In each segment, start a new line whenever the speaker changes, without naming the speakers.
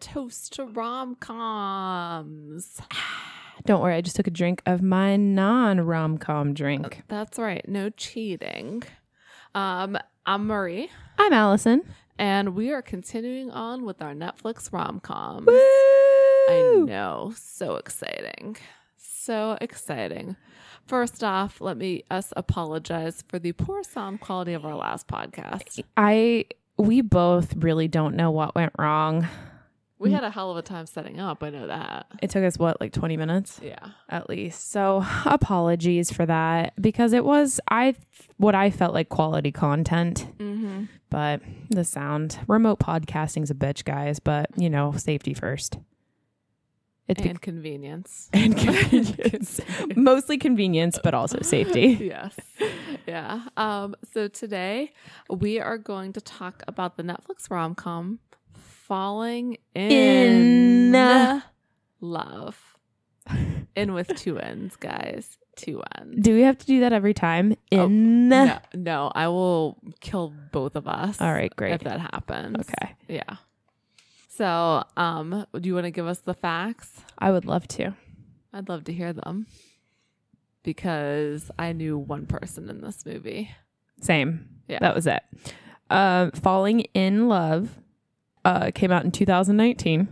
close to rom coms.
Don't worry, I just took a drink of my non rom com drink.
That's right. No cheating. Um, I'm Marie,
I'm Allison.
and we are continuing on with our Netflix rom com.
Woo!
I know. So exciting. So exciting. First off, let me us apologize for the poor sound quality of our last podcast.
I we both really don't know what went wrong.
We had a hell of a time setting up. I know that.
It took us what like 20 minutes
Yeah.
at least. So, apologies for that because it was I what I felt like quality content,
Mm-hmm.
but the sound remote podcasting's a bitch, guys, but you know, safety first. It's be-
And convenience.
and convenience. Mostly convenience, but also safety.
yes. Yeah. Um, so today we are going to talk about the Netflix rom com Falling in,
In.
Love. In with two N's, guys. Two N's.
Do we have to do that every time?
Oh,
In
No, no, I will kill both of us.
All right, great.
If that happens.
Okay.
Yeah. So, um, do you want to give us the facts?
I would love to.
I'd love to hear them because I knew one person in this movie.
Same.
Yeah.
That was it. Um, Falling in Love uh, came out in 2019.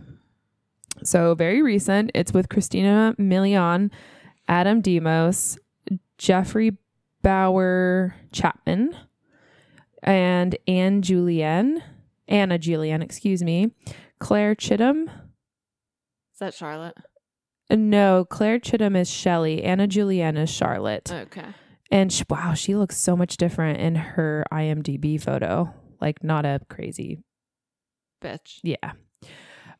So very recent. It's with Christina Milian, Adam Demos, Jeffrey Bauer Chapman, and Anne Julian, Anna Julian, excuse me, Claire Chittum.
Is that Charlotte?
No, Claire Chittum is Shelley. Anna Julian is Charlotte.
Okay.
And sh wow, she looks so much different in her IMDb photo. Like not a crazy,
Bitch.
yeah.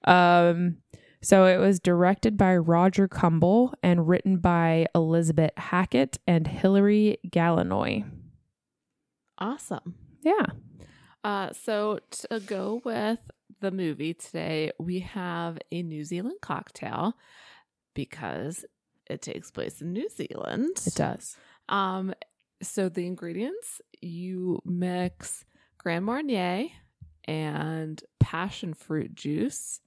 Um, so it was directed by Roger Cumble and written by Elizabeth Hackett and Hilary Gallinoy.
Awesome.
Yeah,
Uh, so to go with the movie today, we have a New Zealand cocktail because it takes place in New Zealand.
it does.
Um, so the ingredients you mix Grand Marnier and passion fruit juice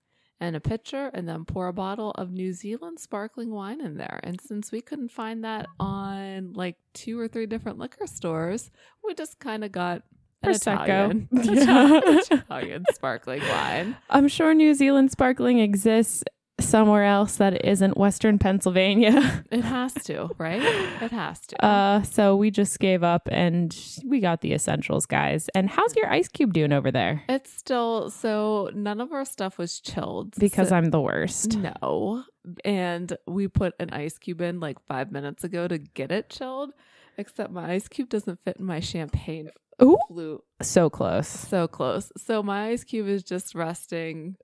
and a pitcher, and then pour a bottle of New Zealand sparkling wine in there. And since we couldn't find that on like two or three different liquor stores, we just kind of got an
Prosecco.
Italian,
Yeah.
Italian sparkling wine.
I'm sure New Zealand sparkling exists somewhere else that isn't Western Pennsylvania.
It has to, right? It has to.
Uh, so we just gave up and we got the essentials, guys. And how's your ice cube doing over there?
it's still so none of our stuff was chilled
Because
so-
I'm the worst.
No. And we put an ice cube in like five minutes ago to get it chilled, except my ice cube doesn't fit in my champagne
Ooh.
flute.
So close.
So close. So my ice cube is just resting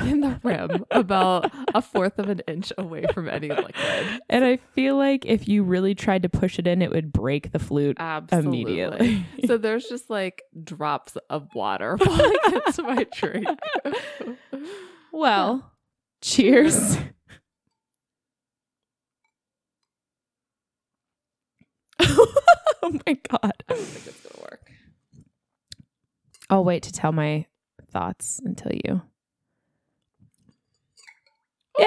in the rim about a fourth of an inch away from any liquid.
And I feel like if you really tried to push it in, it would break the flute
Absolutely.
immediately.
So there's just like drops of water falling into my drink.
well, cheers. oh my God.
I don't think it's gonna work.
I'll wait to tell my thoughts until you. Yay!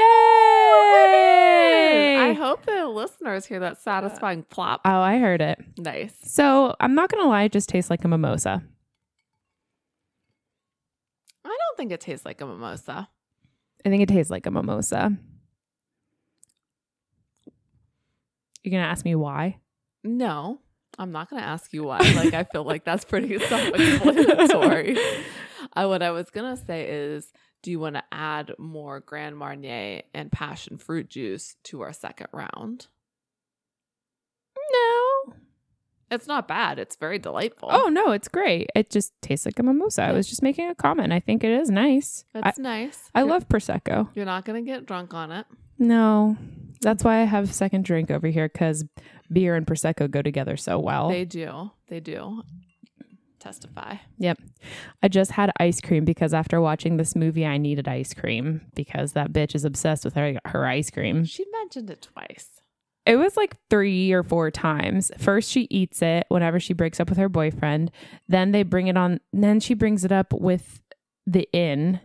I
I
hope the listeners hear that satisfying plop.
oh, I heard it.
Nice.
So I'm not going to lie, it just tastes like a mimosa.
I don't think it tastes like a mimosa.
I think it tastes like a mimosa. You're gonna ask me why?
No, I'm not going to ask you why. Like, I feel like that's pretty self explanatory. uh, what I was going to say is do you want to add more Grand Marnier and passion fruit juice to our second round?
No.
It's not bad. It's very delightful.
Oh no, it's great. It just tastes like a mimosa. I was just making a comment. I think it is nice. I,
that's nice.
I
You're-
love prosecco.
You're not going to get drunk on it.
No, that's why I have second drink over here because beer and prosecco go together so well.
They do. They do. Testify.
yep. I just had ice cream because after watching this movie, I needed ice cream because that bitch is obsessed with her, her ice cream.
She mentioned it twice.
It was like three or four times. First, she eats it whenever she breaks up with her boyfriend. Then they bring it on. Then she brings it up with the inn.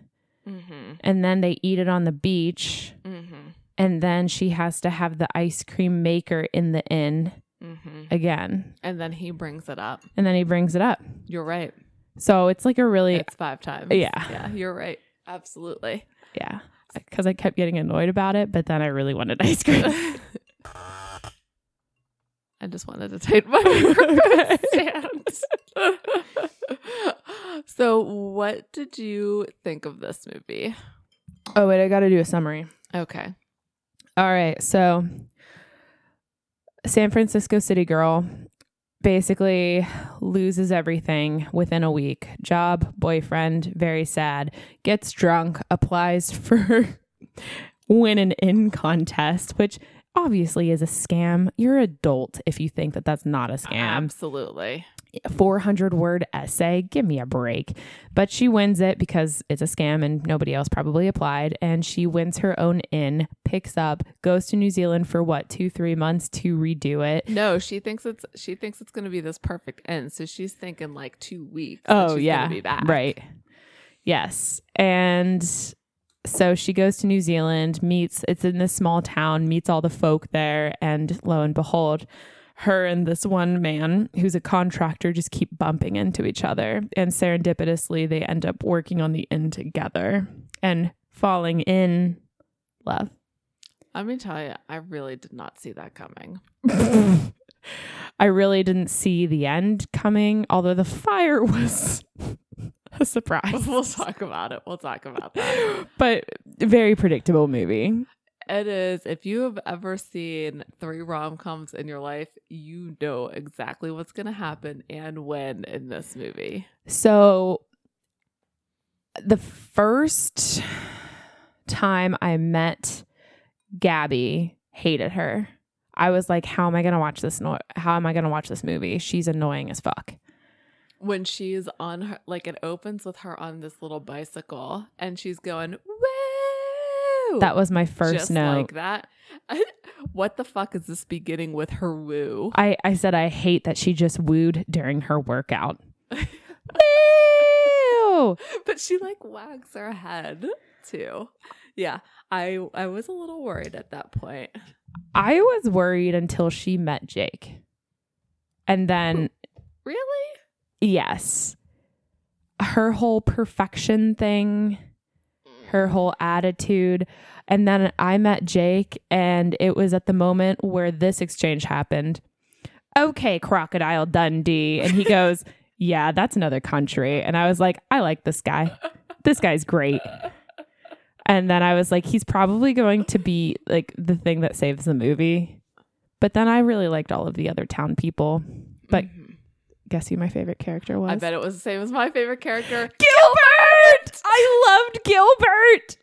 Mm-hmm.
and then they eat it on the beach
Mm-hmm.
and then she has to have the ice cream maker in the inn
Mm-hmm.
again
And then he brings it up.
and then he brings it up
You're right.
so it's like a really
It's five times.
Yeah.
Yeah. You're right. Absolutely.
yeah because i kept getting annoyed about it but then i really wanted ice cream
I just wanted to take my microphone stand. so, what did you think of this movie?
oh wait i gotta do a summary
Okay.
All right. So, San Francisco City girl basically loses everything within a week job, boyfriend, very sad, gets drunk, applies for win an in contest, which obviously is a scam. You're adult if you think that that's not a scam.
Absolutely.
400 word essay. Give me a break. But she wins it because it's a scam and nobody else probably applied. And she wins her own inn, picks up, goes to New Zealand for what, two, three months to redo it.
No, she thinks it's she thinks it's gonna be this perfect end. So she's thinking like two weeks. and she's
Oh,
gonna
yeah.
be back.
Right. Yes. And so she goes to New Zealand, meets, it's in this small town, meets all the folk there. And lo and behold, her and this one man who's a contractor just keep bumping into each other. And serendipitously, they end up working on the inn together and falling in love.
Let me tell you, I really did not see that coming.
I really didn't see the end coming, although the fire was a surprise.
We'll talk about it. We'll talk about that.
but very predictable movie.
It is. If you have ever seen three rom coms in your life, you know exactly what's going to happen and when in this movie.
So the first time I met Gabby, hated her. I was like, how am I going to watch this no- how am I going to watch this movie? She's annoying as fuck.
When she's on her, like it opens with her on this little bicycle and she's going, woo!
That was my first
Just
note.
like that. what the fuck is this beginning with her woo?
I, I said I hate that she just wooed during her workout. Woo!
But she like wags her head too. Yeah. I I was a little worried at that point.
I was worried until she met Jake. And then
Really?
Yes. Her whole perfection thing, her whole attitude. And then I met Jake, and it was at the moment where this exchange happened. Okay, Crocodile Dundee. And he goes, Yeah, that's another country. And I was like, I like this guy. This guy's great. And then I was like, He's probably going to be like the thing that saves the movie. But then I really liked all of the other town people. But
Mhm.
guess who my favorite character was?
I bet it was the same as my favorite character.
Gilbert! I loved Gilbert!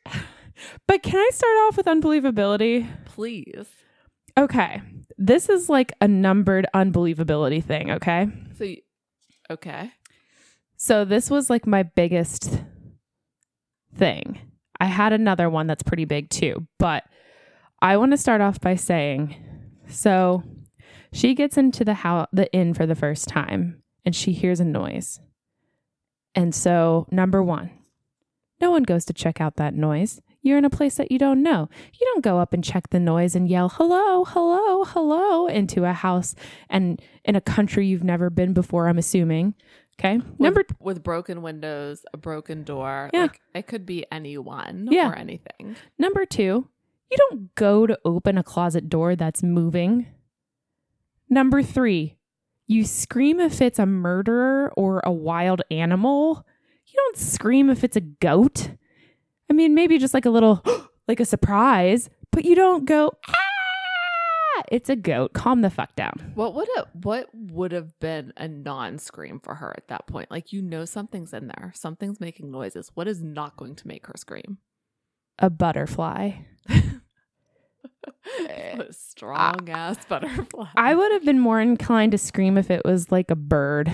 But can I start off with unbelievability?
Please.
Okay. This is like a numbered unbelievability thing, okay?
So, you, okay.
So this was like my biggest thing. I had another one that's pretty big too, but I want to start off by saying so she gets into the house, the inn for the first time and she hears a noise. And so number 1. No one goes to check out that noise. You're in a place that you don't know. You don't go up and check the noise and yell hello, hello, hello into a house and in a country you've never been before, I'm assuming. Okay. Number
with, with broken windows, a broken door.
Yeah.
Like it could be anyone
Yeah.
or anything.
Number two, you don't go to open a closet door that's moving. Number three, you scream if it's a murderer or a wild animal. You don't scream if it's a goat. I mean, maybe just like a little, like a surprise, but you don't go, ah, it's a goat. Calm the fuck down.
What would it what would have been a non-scream for her at that point? Like you know something's in there. Something's making noises. What is not going to make her scream?
A butterfly.
a strong ass butterfly.
Eh, I would have been more inclined to scream if it was like a bird,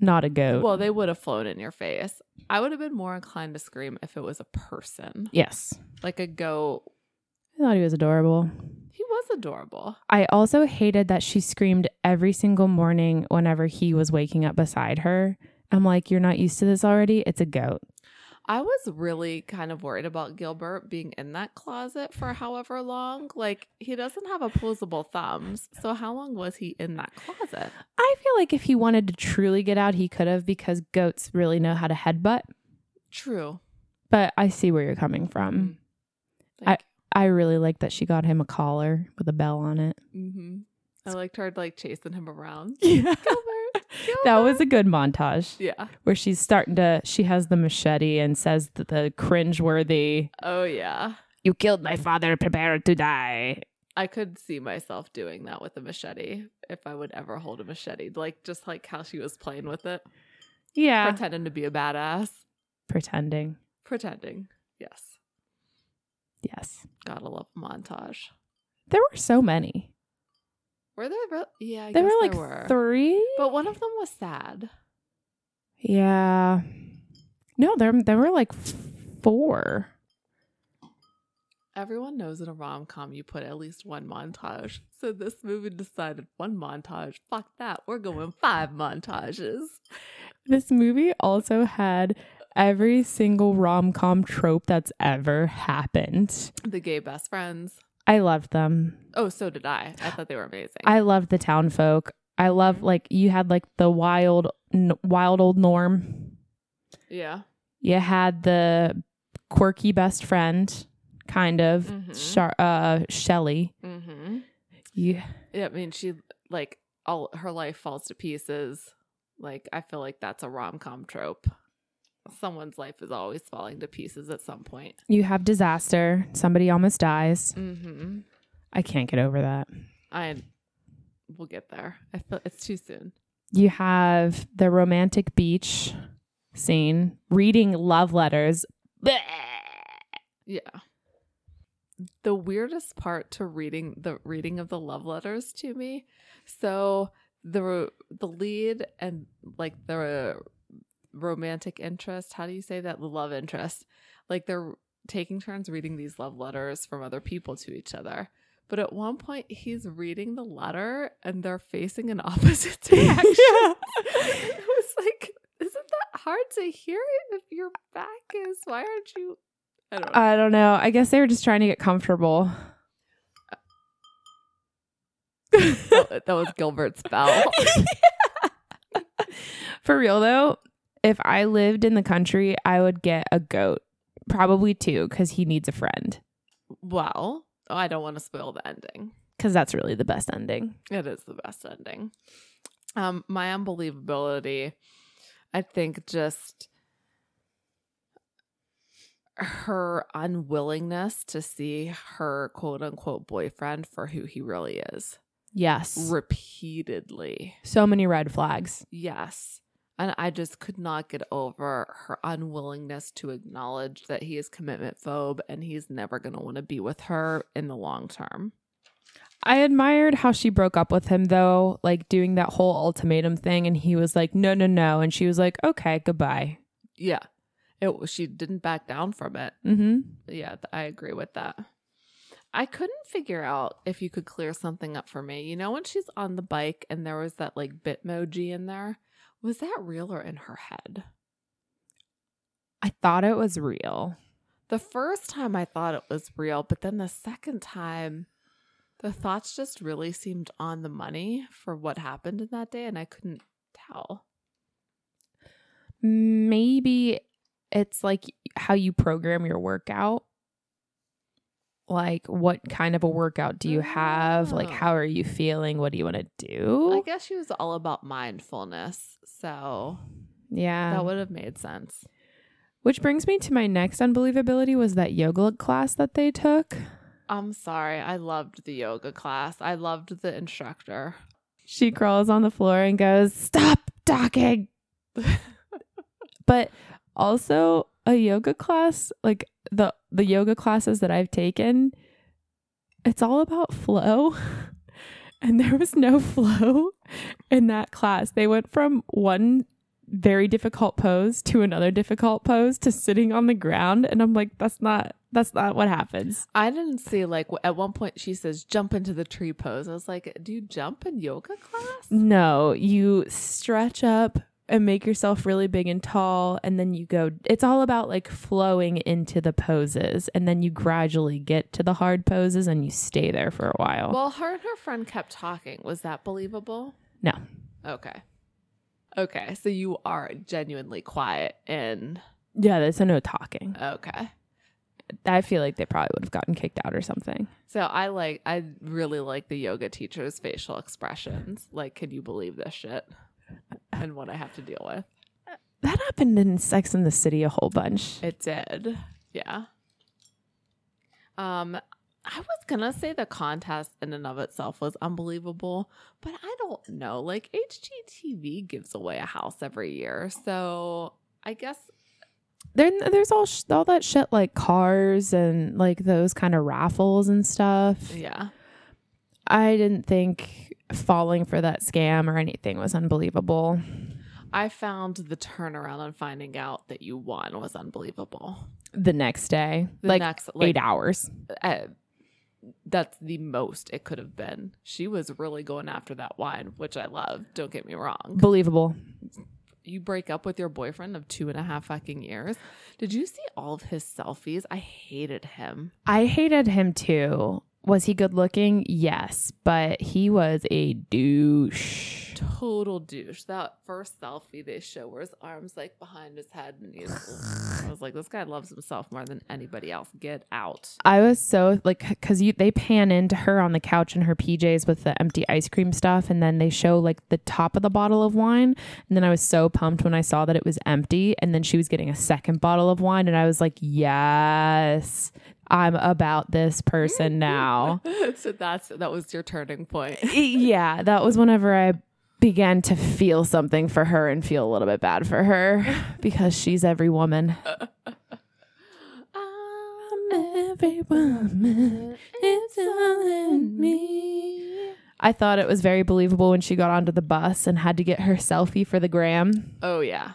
not a goat.
well, they would have flown in your face. I would have been more inclined to scream if it was a person.
yes.
Like a goat.
I thought he was adorable.
He was adorable.
I also hated that she screamed every single morning whenever he was waking up beside her. I'm like, you're not used to this already. It's a goat.
I was really kind of worried about Gilbert being in that closet for however long. Like, he doesn't have opposable thumbs. So, how long was he in that closet?
I feel like if he wanted to truly get out, he could have because goats really know how to headbutt.
True.
But I see where you're coming from.
Mm. Like,
Um, I really like that she got him a collar with a bell on it.
mhm. I liked her like chasing him around.
Yeah.
Gilbert,
that was
Gilbert.
a good montage
Yeah.
where she's starting to she has the machete and says that the cringeworthy
Oh, yeah.
you killed my father prepare to die
I could see myself doing that with a machete if I would ever hold a machete. Like, just like how she was playing with it,
yeah
pretending to be a badass.
pretending
Pretending. Yes.
yes
Gotta love a montage.
there were so many
Were there? Re- yeah, I
there
guess
were like
there were.
three
But one of them was sad.
yeah no there there were like four
Everyone knows in a rom com you put at least one montage. So this movie decided one montage. Fuck that. We're going five montages.
this movie also had every single rom-com trope that's ever happened
The gay best friends.
i loved them
Oh, so did I. I thought they were amazing.
I loved the town folk. I love like you had like the wild n- wild old norm.
yeah.
You had the quirky best friend kind of
Mhm.
Shar- uh Shelly.
Mm-hmm.
You
Yeah, I mean, she like all her life falls to pieces. Like I feel like that's a rom com trope. Someone's life is always falling to pieces at some point.
you have disaster. Somebody almost dies.
Mm-hmm.
I can't get over that.
I we'll get there. I feel it's too soon.
You have the romantic beach scene, reading love letters. Bleh.
Yeah. The weirdest part to reading the reading of the love letters to me. So the the lead and like the romantic interest, how do you say that? The love interest. Like they're taking turns reading these love letters from other people to each other. But at one point he's reading the letter and they're facing an opposite direction. it was like isn't that hard to hear if your back is why aren't you I don't know.
I don't know. I guess they were just trying to get comfortable.
that that was Gilbert's bell.
For real though, if I lived in the country, I would get a goat, probably two, because he needs a friend.
well, oh, I don't want to spoil the ending.
Because that's really the best ending.
It is the best ending. Um, my unbelievability, I think, just her unwillingness to see her quote unquote boyfriend for who he really is
Yes.
repeatedly.
So many red flags.
Yes. And I just could not get over her unwillingness to acknowledge that he is commitment phobe and he's never going to want to be with her in the long term.
I admired how she broke up with him though, like doing that whole ultimatum thing, and he was like, "No, no, no," and she was like, "Okay, goodbye."
Yeah. It was- she didn't back down from it.
Mm-hmm.
Yeah, th- I agree with that. I couldn't figure out if you could clear something up for me. You know when she's on the bike and there was that like bitmoji in there? Was that real or in her head?
I thought it was real.
The first time I thought it was real, but then the second time, the thoughts just really seemed on the money for what happened in that day, and I couldn't tell.
Maybe it's like how you program your workout. Like, what kind of a workout do you have? Like,
Oh.
how are you feeling? What do you want to do?
I guess she was all about mindfulness, so
Yeah.
that would have made sense.
Which brings me to my next unbelievability was that yoga class that they took.
I'm sorry, I loved the yoga class. I loved the instructor.
She crawls on the floor and goes, "Stop talking." but also a yoga class, like the the yoga classes that I've taken, it's all about flow. And there was no flow in that class. They went from one very difficult pose to another difficult pose to sitting on the ground and I'm like that's not that's not what happens.
I didn't see like w- at one point she says jump into the tree pose. I was like, do you jump in yoga class?
No, you stretch up, and make yourself really big and tall and then you go it's all about like flowing into the poses and then you gradually get to the hard poses and you stay there for a while.
Well, her and her friend kept talking. Was that believable?
No.
Okay. Okay. So you are genuinely quiet and
yeah, there's no talking.
okay.
I feel like they probably would have gotten kicked out or something.
So I like I really like the yoga teacher's facial expressions. Like, can you believe this shit? And what I have to deal with.
That happened in Sex in the City a whole bunch.
It did. Yeah. Um I was gonna say the contest in and of itself was unbelievable, but I don't know. Like HGTV gives away a house every year, so I guess
Then there's all sh- all that shit like cars and like those kind of raffles and stuff.
yeah.
I didn't think falling for that scam or anything was unbelievable.
I found the turnaround on finding out that you won was unbelievable.
The next day,
The
like
next,
eight hours.
uh, that's the most it could have been. She was really going after that wine, which I love. Don't get me wrong.
Believable.
You break up with your boyfriend of two and a half fucking years. Did you see all of his selfies? I hated him.
I hated him too. Was he good looking? Yes, but he was a douche.
Total douche. That first selfie they show where his arms like behind his head and he's. I was like, this guy loves himself more than anybody else. Get out.
I was so like because you they pan into her on the couch in her PJs with the empty ice cream stuff, and then they show like the top of the bottle of wine, and then I was so pumped when I saw that it was empty, and then she was getting a second bottle of wine, and I was like, yes, I'm about this person now.
so that's that was your turning point.
yeah, that was whenever I began to feel something for her and feel a little bit bad for her because she's every woman.
Um,
Every woman is all in me. I thought it was very believable when she got onto the bus and had to get her selfie for the gram.
Oh yeah.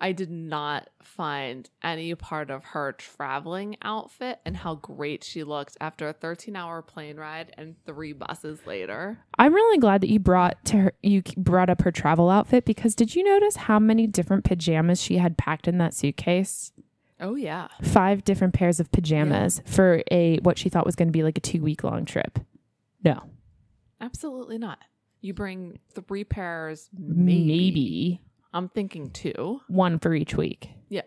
I did not find any part of her traveling outfit and how great she looked after a 13-hour plane ride and 3 buses later.
I'm really glad that you brought to her, you brought up her travel outfit because did you notice how many different pajamas she had packed in that suitcase?
Oh yeah.
Five different pairs of pajamas for a what she thought was going to be like a 2 week long trip. No.
Absolutely not. You bring 3 pairs maybe.
Maybe.
I'm thinking 2.
one for each week.
Yeah.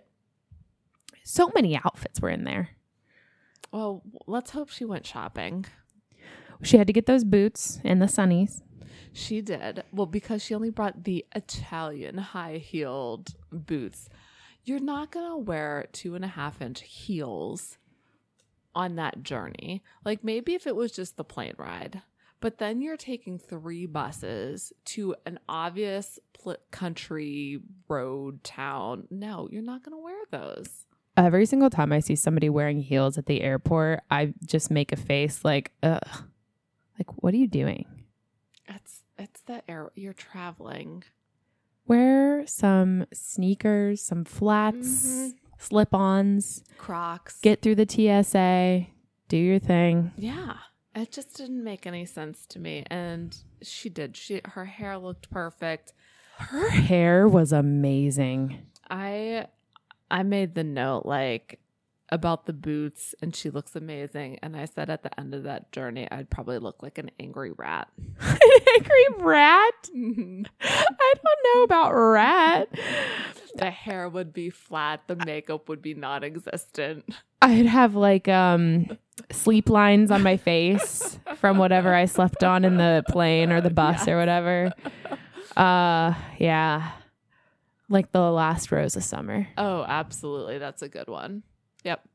So many outfits were in there.
Well, let's hope she went shopping.
She had to get those boots and the sunnies.
She did. Well, because she only brought the Italian high heeled boots. You're not going to wear two and a half inch heels on that journey. Like maybe if it was just the plane ride, but then you're taking three buses to an obvious pl- country road town. No, you're not going to wear those.
Every single time I see somebody wearing heels at the airport, I just make a face like, ugh. Like, what are you doing?
It's it's the air you're traveling.
Wear some sneakers, some flats,
Mhm.
slip ons,
Crocs.
get through the TSA, do your thing.
Yeah. It just didn't make any sense to me. And she did. She her hair looked perfect.
Her hair was amazing.
I I made the note like about the boots and she looks amazing. And I said at the end of that journey I'd probably look like an angry rat.
Angry rat? Mm-hmm. I don't know about rat.
the hair would be flat, the makeup would be non existent.
I'd have like um sleep lines on my face from whatever I slept on in the plane or the bus or whatever. Uh yeah. Like the last rose of summer.
Oh, absolutely. That's a good one. Yep.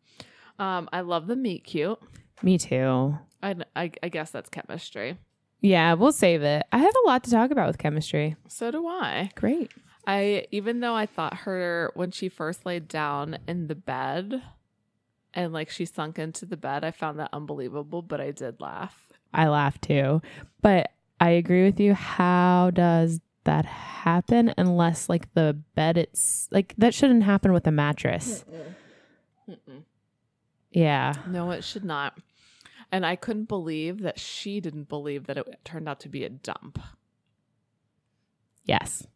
Um, I love the meat cute.
Me too.
I, I, I guess that's chemistry.
Yeah, we'll save it. I have a lot to talk about with chemistry.
So do I.
Great.
I even though I thought her when she first laid down in the bed and like she sunk into the bed, I found that unbelievable, but I did laugh.
I laugh too. But I agree with you. How does that happen unless like the bed it's like that shouldn't happen with a mattress. Yeah.
No, it should not. And I couldn't believe that she didn't believe that it turned out to be a dump.
Yes.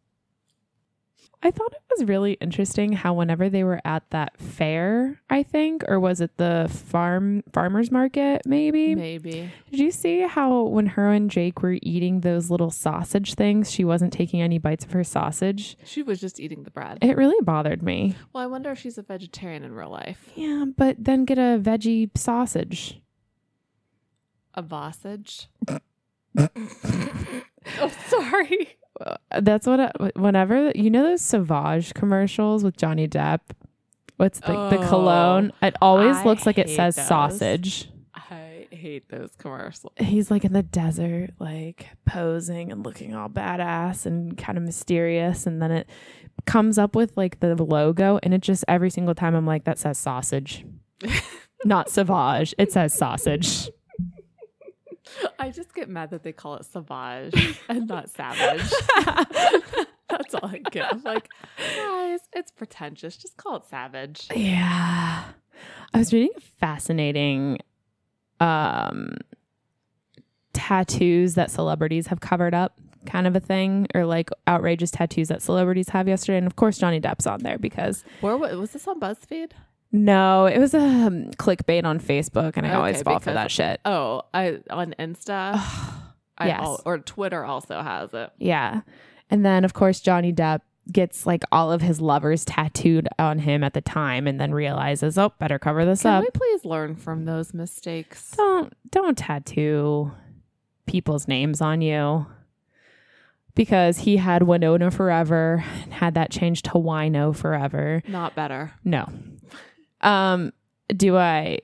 I thought it was really interesting how whenever they were at that fair, I think, or was it the farm farmers market maybe?
Maybe.
Did you see how when her and Jake were eating those little sausage things, she wasn't taking any bites of her sausage?
She was just eating the bread.
It really bothered me.
Well, I wonder if she's a vegetarian in real life.
Yeah, but then get a veggie sausage.
A bossage. oh, sorry.
Uh, That's what I, whenever you know those Sauvage commercials with Johnny Depp. What's the, the
Oh,
cologne? It always
I
looks like it
hate
says
those.
sausage.
I hate those commercials.
he's like in the desert, like posing and looking all badass and kind of mysterious. And then it comes up with like the logo, and it just every single time I'm like, that says sausage, not Sauvage. It says sausage.
I just get mad that they call it savage and not savage. That's all I get. I'm like, guys, it's pretentious. Just call it savage.
Yeah. I was reading a fascinating um tattoos that celebrities have covered up kind of a thing or like outrageous tattoos that celebrities have yesterday and of course Johnny Depp's on there because
Where wa- was this on BuzzFeed?
no it was a um, clickbait on Facebook and I always
Okay,
fall for
because-
that shit.
Oh, I on Insta. I
yes.
al- or Twitter also has it.
Yeah. And then of course Johnny Depp gets like all of his lovers tattooed on him at the time and then realizes, "Oh, better cover this
Can
up."
we please learn from those mistakes?
don't don't tattoo people's names on you because he had Winona forever and had that changed to Wino forever.
Not better.
No. Um do I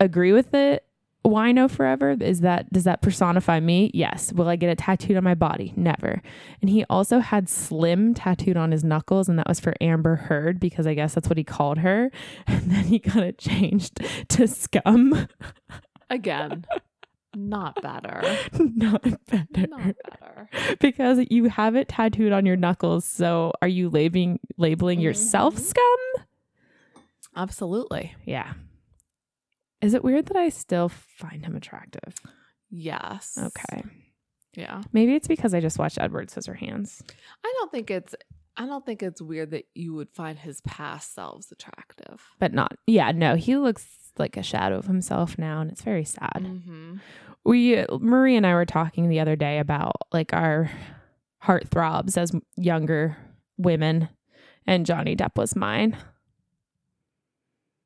agree with it? Wino forever? Is that does that personify me? Yes. Will I get it tattooed on my body? Never. And he also had Slim tattooed on his knuckles and that was for Amber Heard because I guess that's what he called her. And then he got it changed to Scum.
Again, not better.
not better
Not better.
because you have it tattooed on your knuckles so are you labeling labeling yourself
Mhm.
scum
Absolutely.
Mm-hmm. yeah is it weird that i still find him attractive
Yes.
okay
Yeah.
maybe it's because i just watched edward scissorhands
I don't think it's I don't think it's weird that you would find his past selves attractive.
but not yeah no he looks like a shadow of himself now and it's very sad
Mm-hmm.
we marie and i were talking the other day about like our heart throbs as younger women and johnny depp was mine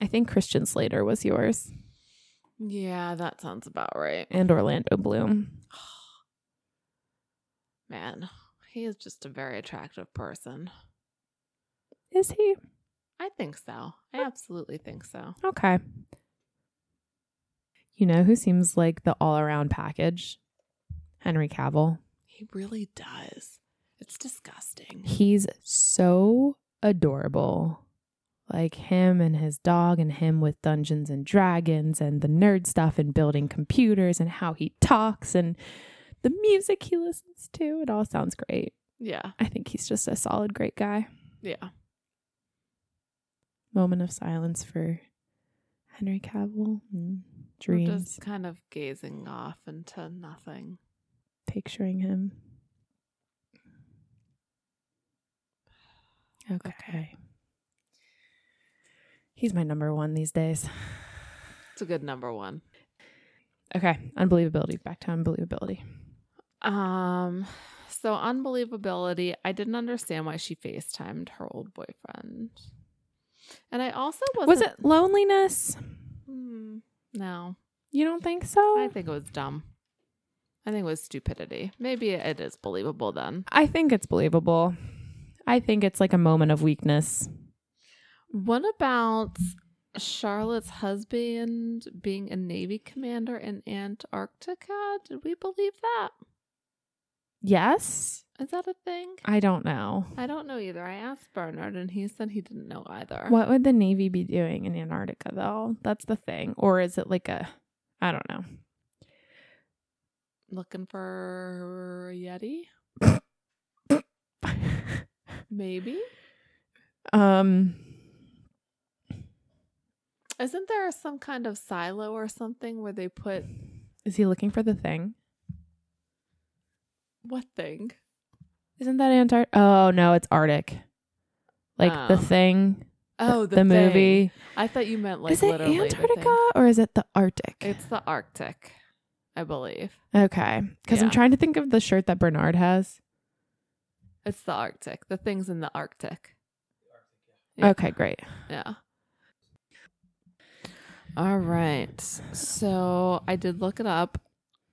i think christian slater was yours
Yeah, that sounds about right.
and orlando bloom
Man, he is just a very attractive person.
is he
I think so. I absolutely think so.
okay you know who seems like the all-around package henry cavill
He really does. It's disgusting.
he's so adorable like him and his dog and him with dungeons and dragons and the nerd stuff and building computers and how he talks and the music he listens to it all sounds great
Yeah.
i think he's just a solid great guy
Yeah.
moment of silence for henry cavill and
We're
dreams
just kind of gazing off into nothing.
picturing him okay. he's my number one these days
It's a good number one.
Okay, unbelievability. Back to unbelievability.
Um, so unbelievability. I didn't understand why she FaceTimed her old boyfriend. And I also wasn't
Was it loneliness?
Hmm, no.
You don't think so?
I think it was dumb. I think it was stupidity. Maybe it is believable then.
I think it's believable. I think it's like a moment of weakness.
What about Charlotte's husband being a Navy commander in Antarctica? Did we believe that?
Yes,
Is that a thing?
I don't know.
I don't know either. I asked Bernard and he said he didn't know either.
What would the Navy be doing in Antarctica though? That's the thing. Or is it like a I don't know.
Looking for a Yeti? Maybe.
um
Isn't there some kind of silo or something where they put
is he looking for the thing?
what thing?
Isn't that Antarctica? Oh no, it's Arctic. like the
Um,
thing,
Oh, the,
the
thing.
movie.
I thought you meant like
is it
literally the thing.
Antarctica or is it the Arctic?
It's the Arctic, I believe.
okay, because I'm
Yeah.
trying to think of the shirt that Bernard has.
It's the Arctic. The thing's in the Arctic. Yeah.
Okay, great.
Yeah. All right. So I did look it up,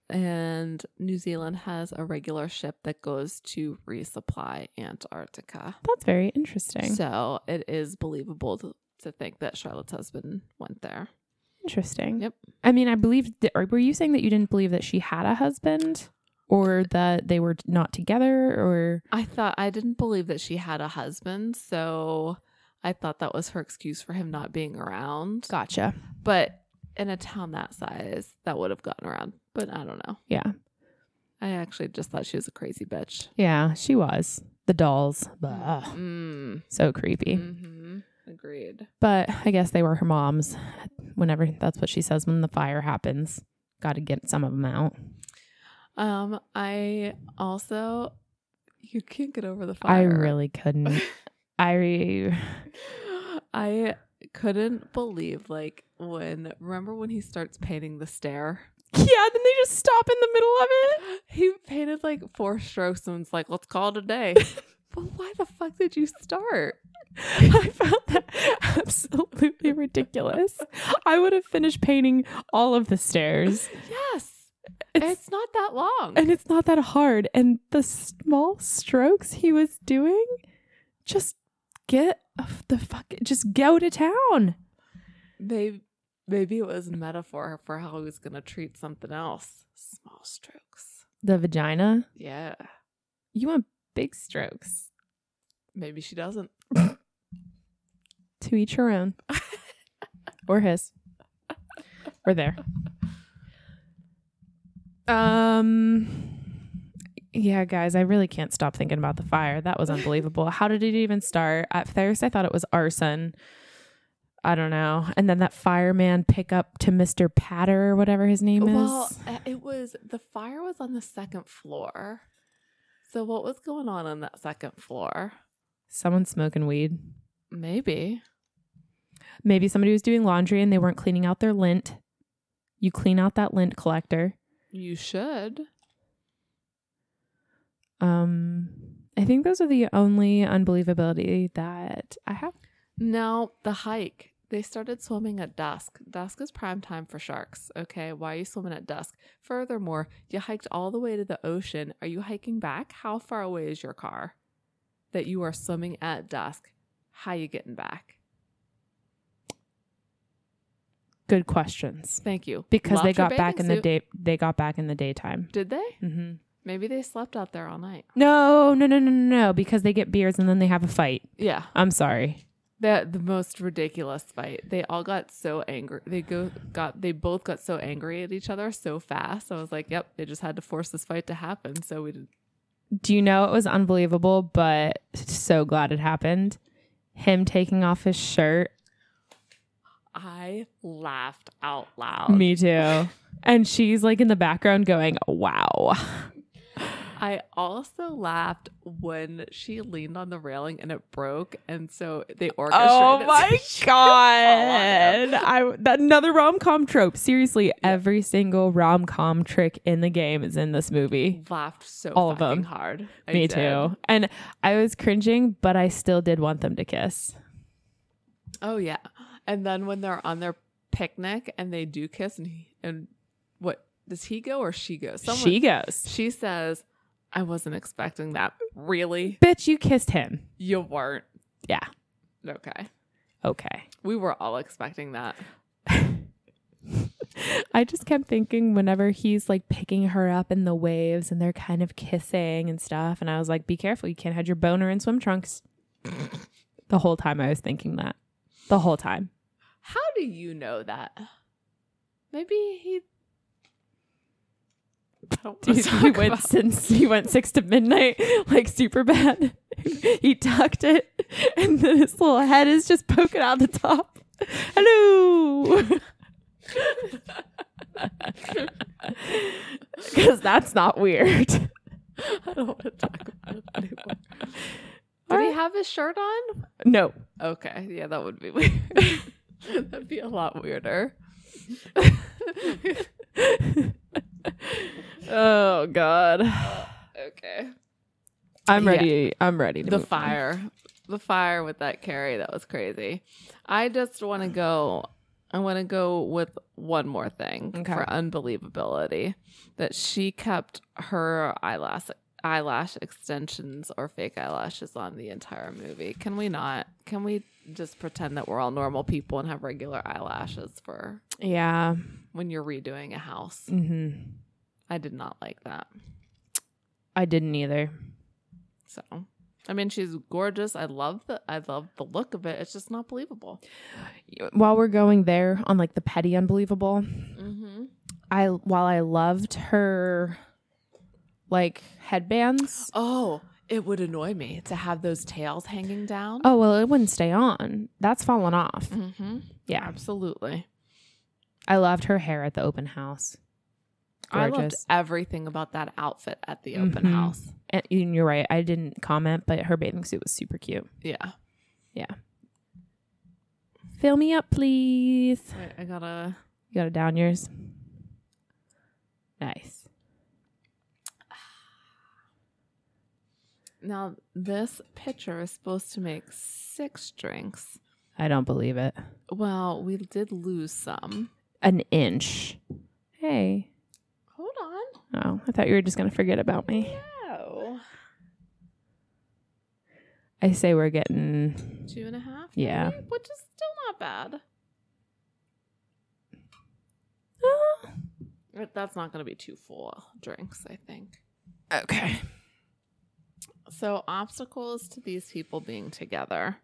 and New Zealand has a regular ship that goes to resupply Antarctica.
That's very interesting.
So it is believable to, to think that Charlotte's husband went there.
Interesting.
Yep.
I mean, I believe. That, or were you saying that you didn't believe that she had a husband, or that they were not together, or
I thought I didn't believe that she had a husband, so I thought that was her excuse for him not being around.
gotcha?
But in a town that size, that would have gotten around. But I don't know.
Yeah,
I actually just thought she was a crazy bitch.
yeah, she was the dolls. Bah.
Mm.
So creepy.
hmm Agreed.
But I guess they were her mom's. Whenever that's what she says when the fire happens. Got to get some of them out.
Um, I also you can't get over the fire.
I really couldn't. I re-
I couldn't believe like when remember when he starts painting the stair?
yeah. Then they just stop in the middle of it.
He painted like four strokes and was like, let's call it a day. but why the fuck did you start?
I found that absolutely ridiculous. I would have finished painting all of the stairs,
Yes. It's,
It's-
not that long.
and it's not that hard. And the small strokes he was doing, just get off the fuck, just go to town.
maybe maybe it was a metaphor for how he was gonna treat something else. Small strokes.
The vagina,
Yeah.
you want big strokes.
Maybe she doesn't.
To each her own, or his, or there. Um. Yeah, guys, I really can't stop thinking about the fire. That was unbelievable. How did it even start? At first, I thought it was arson. I don't know. And then that fireman pickup to Mr. Patter or whatever his name
Well,
is.
uh, it was the fire was on the second floor. So what was going on on that second floor?
Someone smoking weed.
Maybe.
Maybe somebody was doing laundry and they weren't cleaning out their lint. You clean out that lint collector.
You should.
Um, I think those are the only unbelievability that I have.
Now, the hike. They started swimming at dusk. Dusk is prime time for sharks. Okay, why are you swimming at dusk? Furthermore, you hiked all the way to the ocean. Are you hiking back? How far away is your car that you are swimming at dusk? How you getting back?
Good questions
Thank you.
because they
Loved your
got back
bathing
in the
suit.
day. They got back in the daytime.
Did they?
Mm-hmm.
Maybe they slept out there all night.
No, no, no, no, no, no, because they get beards and then they have a fight.
Yeah.
I'm sorry.
the the most ridiculous fight. They all got so angry. They go got they both got so angry at each other so fast. I was like, "Yep, they just had to force this fight to happen." So we did.
Do you know it was unbelievable, but so glad it happened? Him taking off his shirt.
I laughed out loud.
Me too. And she's like in the background going, wow.
I also laughed when she leaned on the railing and it broke, and so they orchestrated.
Oh my
on
god! I that, another rom com trope. Seriously, every single rom com trick in the game is in this movie.
Laughed so
All of
fucking
them.
hard. I
Me
did.
too. And I was cringing, but I still did want them to kiss.
Oh yeah. And then when they're on their picnic and they do kiss, and he, and what does he go or she go?
she goes,
She says, I wasn't expecting that. Really?
"Bitch, you kissed him."
You weren't.
Yeah.
Okay.
Okay.
We were all expecting that.
I just kept thinking whenever he's like picking her up in the waves and they're kind of kissing and stuff, and I was like, "Be careful! You can't have your boner in swim trunks." the whole time I was thinking that. The whole time.
How do you know that? Maybe he. I don't
he,
wanna
he
talk
went
about-
since he went six to midnight, like super bad. he tucked it, and then his little head is just poking out the top. Hello, because that's not weird.
I don't want to talk about it anymore. Did
All
he
right.
have his shirt on?
No.
Okay, yeah, that would be weird. That'd be a lot weirder.
Oh God.
Okay.
I'm
Yeah.
ready. I'm ready. To
The
move on.
fire. The fire with that carry, that was crazy. I just want to go I want to go with one more thing
Okay.
for unbelievability that she kept her eyelash eyelash extensions or fake eyelashes on the entire movie. Can we not? Can we just pretend that we're all normal people and have regular eyelashes for
Yeah.
when you're redoing a house?
hmm
I did not like that.
I didn't either.
So, I mean, she's gorgeous. I love the I love the look of it. It's just not believable.
While we're going there on like the petty unbelievable,
Mm-hmm.
I while I loved her like headbands.
Oh, it would annoy me to have those tails hanging down.
Oh well, it wouldn't stay on. That's fallen off.
Mm-hmm.
Yeah,
Absolutely.
I loved her hair at the open house.
I loved
Gorgeous.
everything about that outfit at the open
Mhm.
house.
And, and you're right. I didn't comment, but her bathing suit was super cute.
Yeah.
Fill me up, please.
Wait, I gotta.
You got to down yours. Nice.
Now, this pitcher is supposed to make six drinks.
I don't believe it.
Well, we did lose some.
An inch. Hey.
Hold on. Oh.
Oh, I thought you were just gonna forget about me.
No.
I say we're getting.
Two and a half?
Yeah.
maybe? Which is still not bad.
Oh,
But That's not going to be two full drinks, I think.
okay.
So, obstacles to these people being together.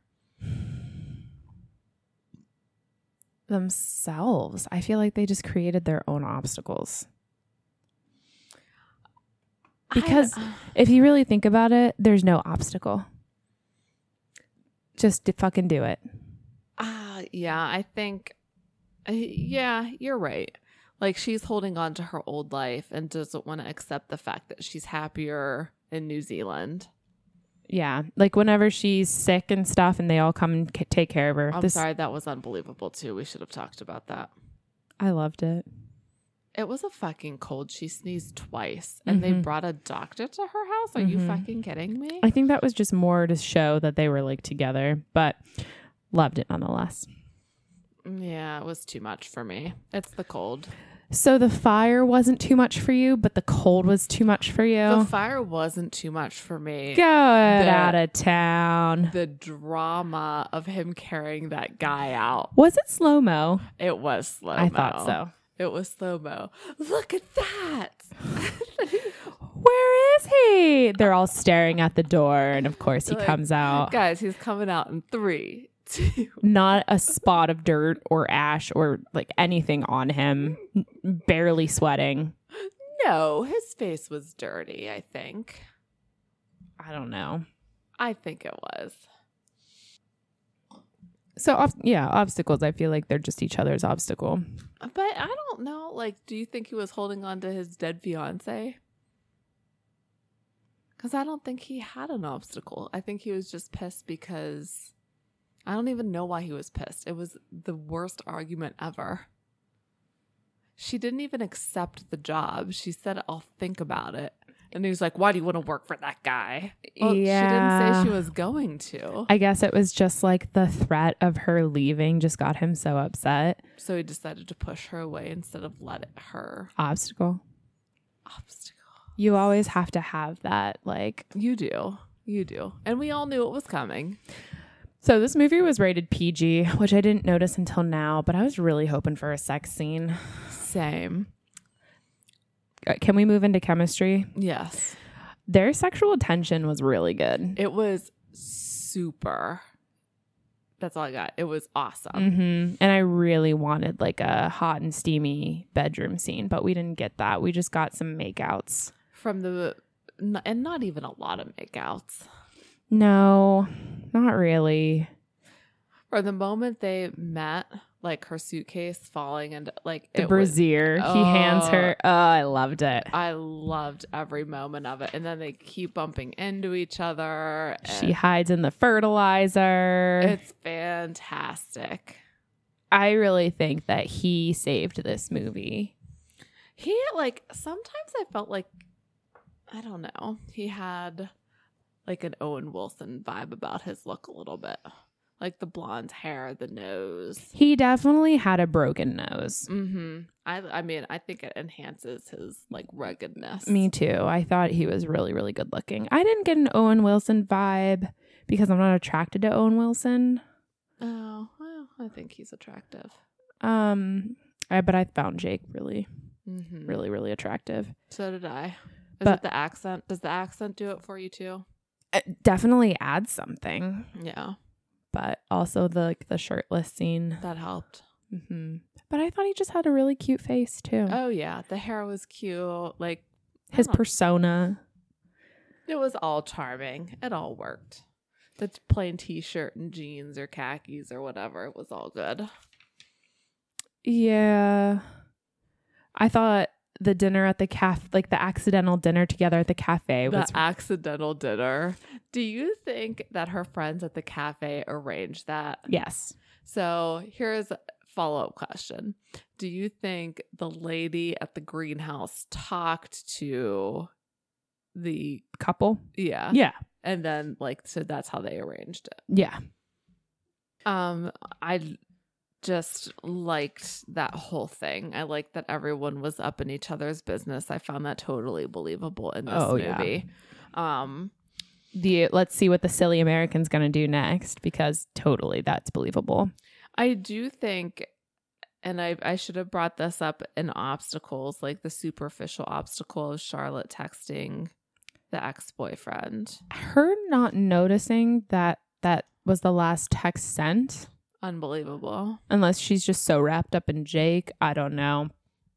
Themselves. I feel like they just created their own obstacles.
I- uh,
Because- If you really think about it, there's no obstacle. Just to fucking do it.
ah, yeah, I think, uh, yeah, you're right. Like, she's holding on to her old life and doesn't want to accept the fact that she's happier in New Zealand.
Yeah. Like whenever she's sick and stuff and they all come and ca- take care of her.
I'm
This-
sorry, that was unbelievable, too. We should have talked about that.
I loved it.
It was a fucking cold. She sneezed twice and they
Mhm.
brought a doctor to her house. Are you
Mhm.
fucking kidding me?
I think that was just more to show that they were like together, but loved it nonetheless.
Yeah, it was too much for me. It's the cold.
So the fire wasn't too much for you, but the cold was too much for
The
you.
fire wasn't too much for me.
Go out
The-
of town.
The drama of him carrying that guy out.
Was it slow mo?
It was slow.
I thought so.
It was slow mo. Look at that.
Where is he? They're all staring at the door, and of course he
Like,
comes out.
Guys, he's coming out in three, two.
Not a spot of dirt or ash or like anything on him. Barely sweating.
No, his face was dirty, I think.
I don't know.
I think it was.
So ob- yeah, obstacles. I feel like they're just each other's obstacle.
But I don't know. Like, do you think he was holding on to his dead fiance? Because I don't think he had an obstacle. I think he was just pissed because I don't even know why he was pissed. It was the worst argument ever. She didn't even accept the job. She said, I'll think about it. And he was like, Why do you want to work for that guy? Well, she didn't say she was going to.
I guess it was just like the threat of her leaving just got him so upset.
So he decided to push her away instead of let it, her
Obstacle.
obstacle.
You always have to have that. Like,
You do. You do. And we all knew it was coming.
so this movie was rated PG, which I didn't notice until now, but I was really hoping for a sex scene.
Same.
Uh, Can we move into chemistry?
Yes.
Their sexual tension was really good.
It was super. That's all I got. It was awesome.
hmm And I really wanted like a hot and steamy bedroom scene, but we didn't get that. We just got some makeouts.
From the, n- and not even a lot of makeouts.
No, not really.
From the moment they met, like her suitcase falling and like
The
it was-
brazier he hands her. Oh, I loved it.
I loved every moment of it. And then they keep bumping into each other.
she hides in the fertilizer.
and it's fantastic.
I really think that he saved this movie.
He like sometimes I felt like I don't know. He had like an Owen Wilson vibe about his look a little bit. Like the blonde hair, the nose.
He definitely had a broken nose.
Mhm. I I mean, I think it enhances his like ruggedness.
Me too. I thought he was really, really good looking. I didn't get an Owen Wilson vibe because I'm not attracted to Owen Wilson.
Oh, well, I think he's attractive.
Um, I, but I found Jake really,
Mhm.
really, really attractive.
So did I. Is
But-
it the accent? Does the accent do it for you too?
It definitely adds something,
Yeah,
but also the like, the shirtless scene.
that helped.
hmm But I thought he just had a really cute face too.
Oh yeah, the hair was cute. Like
His
huh.
persona.
it was all charming. It all worked. The t- plain t-shirt and jeans or khakis or whatever it was all good.
Yeah. I thought the dinner at the cafe, like the accidental dinner together at the cafe,
the
was
accidental dinner. Do you think that her friends at the cafe arranged that?
yes.
So here's a follow up question Do you think the lady at the greenhouse talked to the
Couple.
yeah
Yeah.
and then like so that's how they arranged it
Yeah.
um i l- just liked that whole thing i liked that everyone was up in each other's business i found that totally believable in this
Oh, yeah.
movie um
The let's see what the silly American's gonna do next because totally that's believable.
I do think, and I I should have brought this up in obstacles, like the superficial obstacle of Charlotte texting the ex boyfriend.
Her not noticing that that was the last text sent,
Unbelievable.
unless she's just so wrapped up in Jake. I don't know.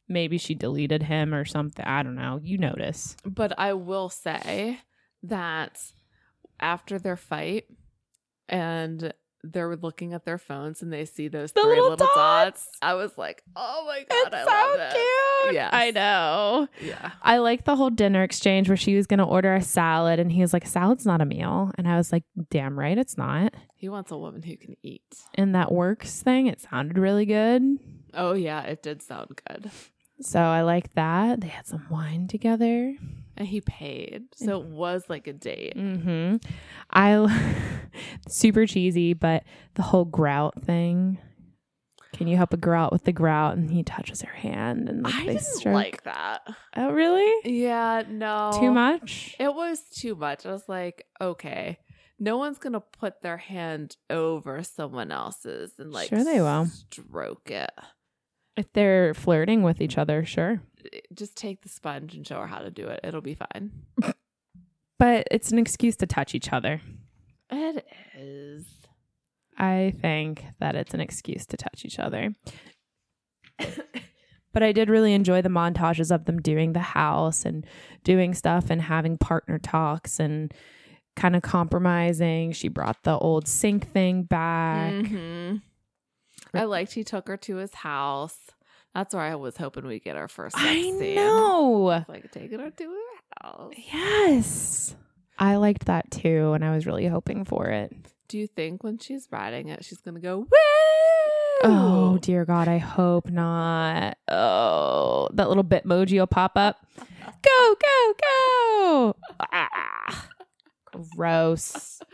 Maybe she deleted him or something. I don't know. You notice.
But I will say that after their fight, and they're looking at their phones and they see those
The
three
little
little,
dots.
dots. I was like, oh my god,
It's
I
so
love it.
cute.
Yes.
I know.
Yeah.
I like the whole dinner exchange where she was going to order a salad and he was like, Salad's not a meal. And I was like, damn right, it's not.
He wants a woman who can eat.
And that works thing, it sounded really good.
Oh yeah, it did sound good.
So I like that. They had some wine together.
And he paid. So
Mm.
it was like a date.
Mm-hmm. I super cheesy, but the whole grout thing. Can you help a grout with the grout? And he touches her hand and like,
I
they
didn't
stroke.
like that.
Oh, really?
Yeah, no.
Too much?
It was too much. I was like, okay, no one's gonna put their hand over someone else's and like
Sure they will.
stroke it.
If they're flirting with each other, sure.
Just take the sponge and show her how to do it. It'll be fine.
But it's an excuse to touch each other.
It is.
I think that it's an excuse to touch each other. but I did really enjoy the montages of them doing the house and doing stuff and having partner talks and kind of compromising. She brought the old sink thing back.
Mhm. I liked he took her to his house. That's where I was hoping we'd get our first. sex
I
scene.
know.
Like taking her to her house.
Yes. I liked that too, and I was really hoping for it.
Do you think when she's riding it, she's gonna go woo?
Oh dear God, I hope not. Oh, that little bitmoji will pop up. Go, go, go. Ah, gross.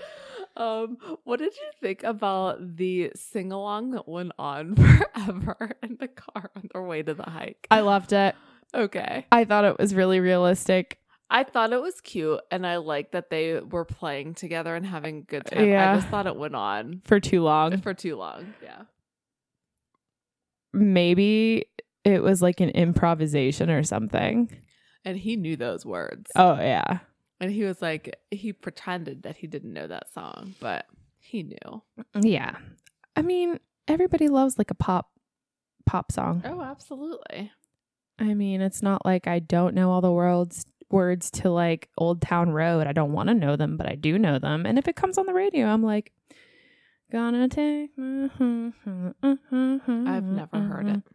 Um, what did you think about the sing along that went on forever in the car on their way to the hike?
I loved it.
okay.
I thought it was really realistic.
I thought it was cute and I liked that they were playing together and having a good time.
Yeah.
I just thought it went on
For too long.
for too long. Yeah.
Maybe it was like an improvisation or something.
And he knew those words.
Oh, yeah.
And he was like, he pretended that he didn't know that song, but he knew. Oh,
Yeah. I mean, everybody loves like a pop pop song.
Oh, absolutely.
I mean, it's not like I don't know all the world's words to like Old Town Road. I don't want to know them, but I do know them. And if it comes on the radio, I'm like, Gonna take. I've
I've never heard it.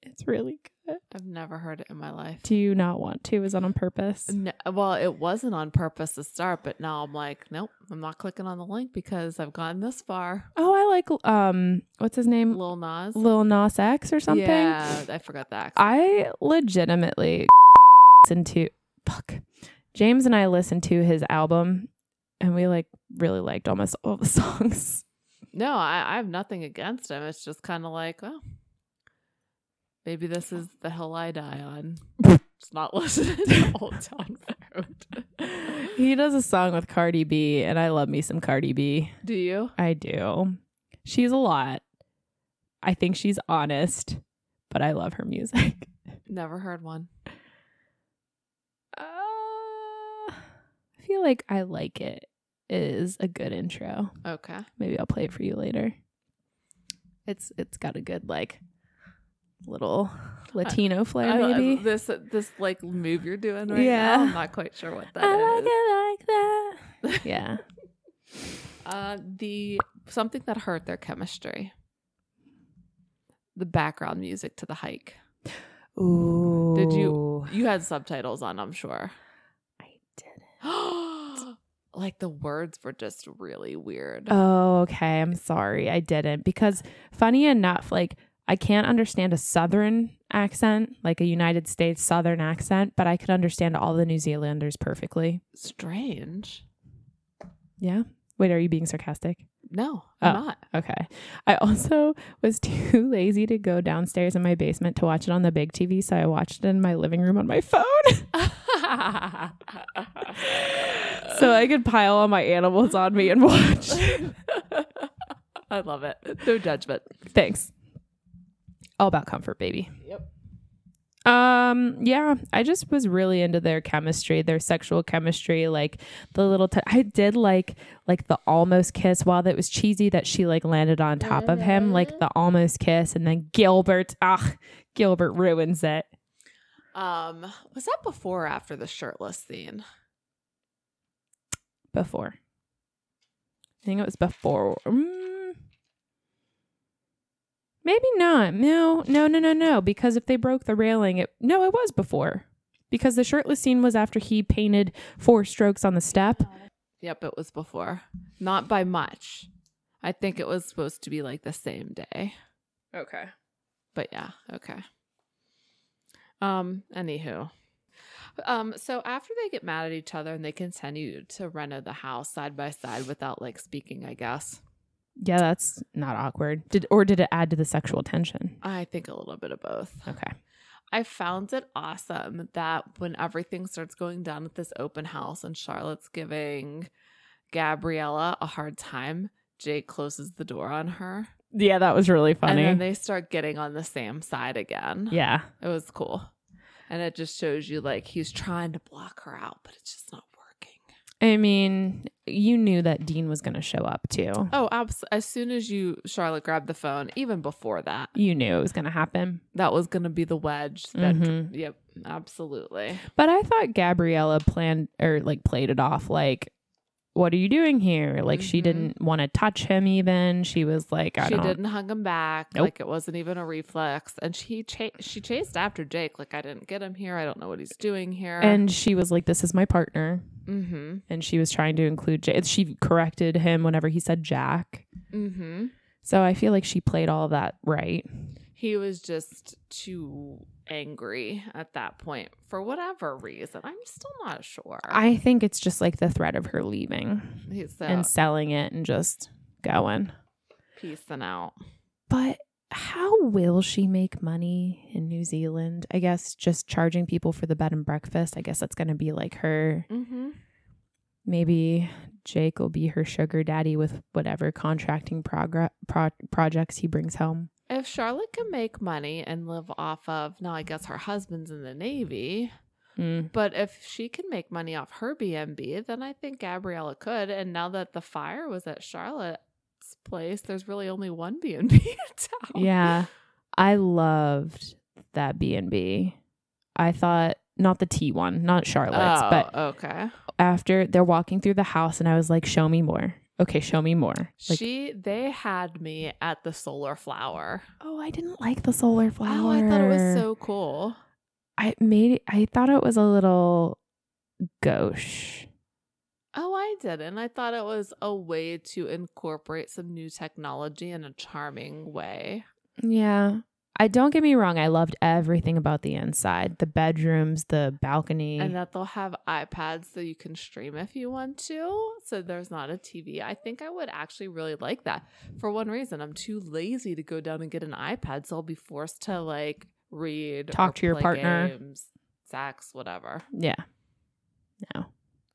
It's really good.
I've never heard it in my life.
Do you not want to? Is that on purpose?
No, well, it wasn't on purpose to start, but now I'm like, nope, I'm not clicking on the link because I've gotten this far.
Oh, I like um, what's his name?
Lil Nas.
Lil Nas X or something.
Yeah, I forgot that.
I legitimately listen to fuck. James and I listened to his album, and we like really liked almost all the songs.
no, I, I have nothing against him. It's just kind of like, oh, maybe this is the hill I die on. Just not listening to Old Town Road.
he does a song with Cardi B, and I love me some Cardi B.
Do you?
I do. She's a lot. I think she's honest, but I love her music.
Never heard one.
Uh, I feel like I like it is a good intro.
Okay.
Maybe I'll play it for you later. It's it's got a good like little Latino flair,
I- I-
maybe.
this this like move you're doing right
Yeah.
now. I'm not quite sure what that is.
I like it like that. Yeah.
Uh, the something that hurt their chemistry. The background music to the hike.
Ooh.
Did you- You had subtitles on, I'm sure.
I did.
like the words were just really weird.
Oh, okay. I'm sorry. I didn't because funny enough, like I can't understand a southern accent, like a United States southern accent, but I could understand all the New Zealanders perfectly.
Strange.
Yeah. Wait, are you being sarcastic?
No, I'm
Oh.
not.
Okay. I also was too lazy to go downstairs in my basement to watch it on the big TV, so I watched it in my living room on my phone. so I could pile all my animals on me and watch.
I love it. No judgment.
Thanks. All about comfort, baby.
Yep.
Um, yeah, I just was really into their chemistry, their sexual chemistry, like the little t- I did like like the almost kiss while that was cheesy that she like landed on top of him, like the almost kiss and then Gilbert, ah, Gilbert ruins it.
Um, was that before or after the shirtless scene?
before. I think it was before. Mm, maybe not. No, no, no, no, no. Because if they broke the railing, it no, it was before. Because the shirtless scene was after he painted four strokes on the step.
Yep, it was before. Not by much. I think it was supposed to be like the same day.
Okay.
But yeah, okay. Um, anywho. Um, so after they get mad at each other and they continue to reno the house side by side without like speaking, I guess.
Yeah, that's not awkward. Did or did it add to the sexual tension?
I think a little bit of both.
Okay.
I found it awesome that when everything starts going down at this open house and Charlotte's giving Gabriella a hard time, Jake closes the door on her.
Yeah, that was really funny.
And then they start getting on the same side again.
yeah.
It was cool. And it just shows you like he's trying to block her out, but it's just not working.
I mean, you knew that Dean was going to show up too.
Oh, abs- as soon as you, Charlotte, grabbed the phone, even before that,
You knew it was going to happen.
that was going to be the wedge. That,
Mhm.
Yep, absolutely.
But I thought Gabriella planned or like played it off like, what are you doing here? Like she
Mhm.
didn't want to touch him even. She was like, I
she
don't.
didn't hug him back.
Nope.
Like it wasn't even a reflex. And she cha- she chased after Jake. Like I didn't get him here. I don't know what he's doing here.
And she was like, this is my partner.
mm-hmm,
And she was trying to include Jack. She corrected him whenever he said Jack.
mm-hmm.
So I feel like she played all that right.
He was just too angry at that point for whatever reason. I'm still not sure.
I think it's just like the threat of her leaving
he's so
and selling it and just going.
piecing out.
But how will she make money in New Zealand? I guess just charging people for the bed and breakfast. I guess that's going to be like her.
Mm-hmm.
Maybe Jake will be her sugar daddy with whatever contracting progr- pro- projects he brings home.
If Charlotte can make money and live off of now, I guess her husband's in the Navy. But if she can make money off her BNB, then I think Gabriella could. And now that the fire was at Charlotte's place, there's really only one BNB in town.
Yeah. I loved that B&B. I thought not the T one, not Charlotte's,
Oh,
but
okay.
after they're walking through the house and I was like, show me more. okay, show me more. Like,
she they had me at the solar flower.
oh, I didn't like the solar flower.
Oh, I thought it was so cool.
I made. I thought it was a little gauche.
Oh, I didn't. I thought it was a way to incorporate some new technology in a charming way.
Yeah. I don't get me wrong. I loved everything about the inside, the bedrooms, the balcony.
And that they'll have iPads so you can stream if you want to. So there's not a TV. I think I would actually really like that. For one reason, I'm too lazy to go down and get an iPad, so I'll be forced to like read, or
Talk to your
play
partner.
games, sex, whatever.
yeah. No.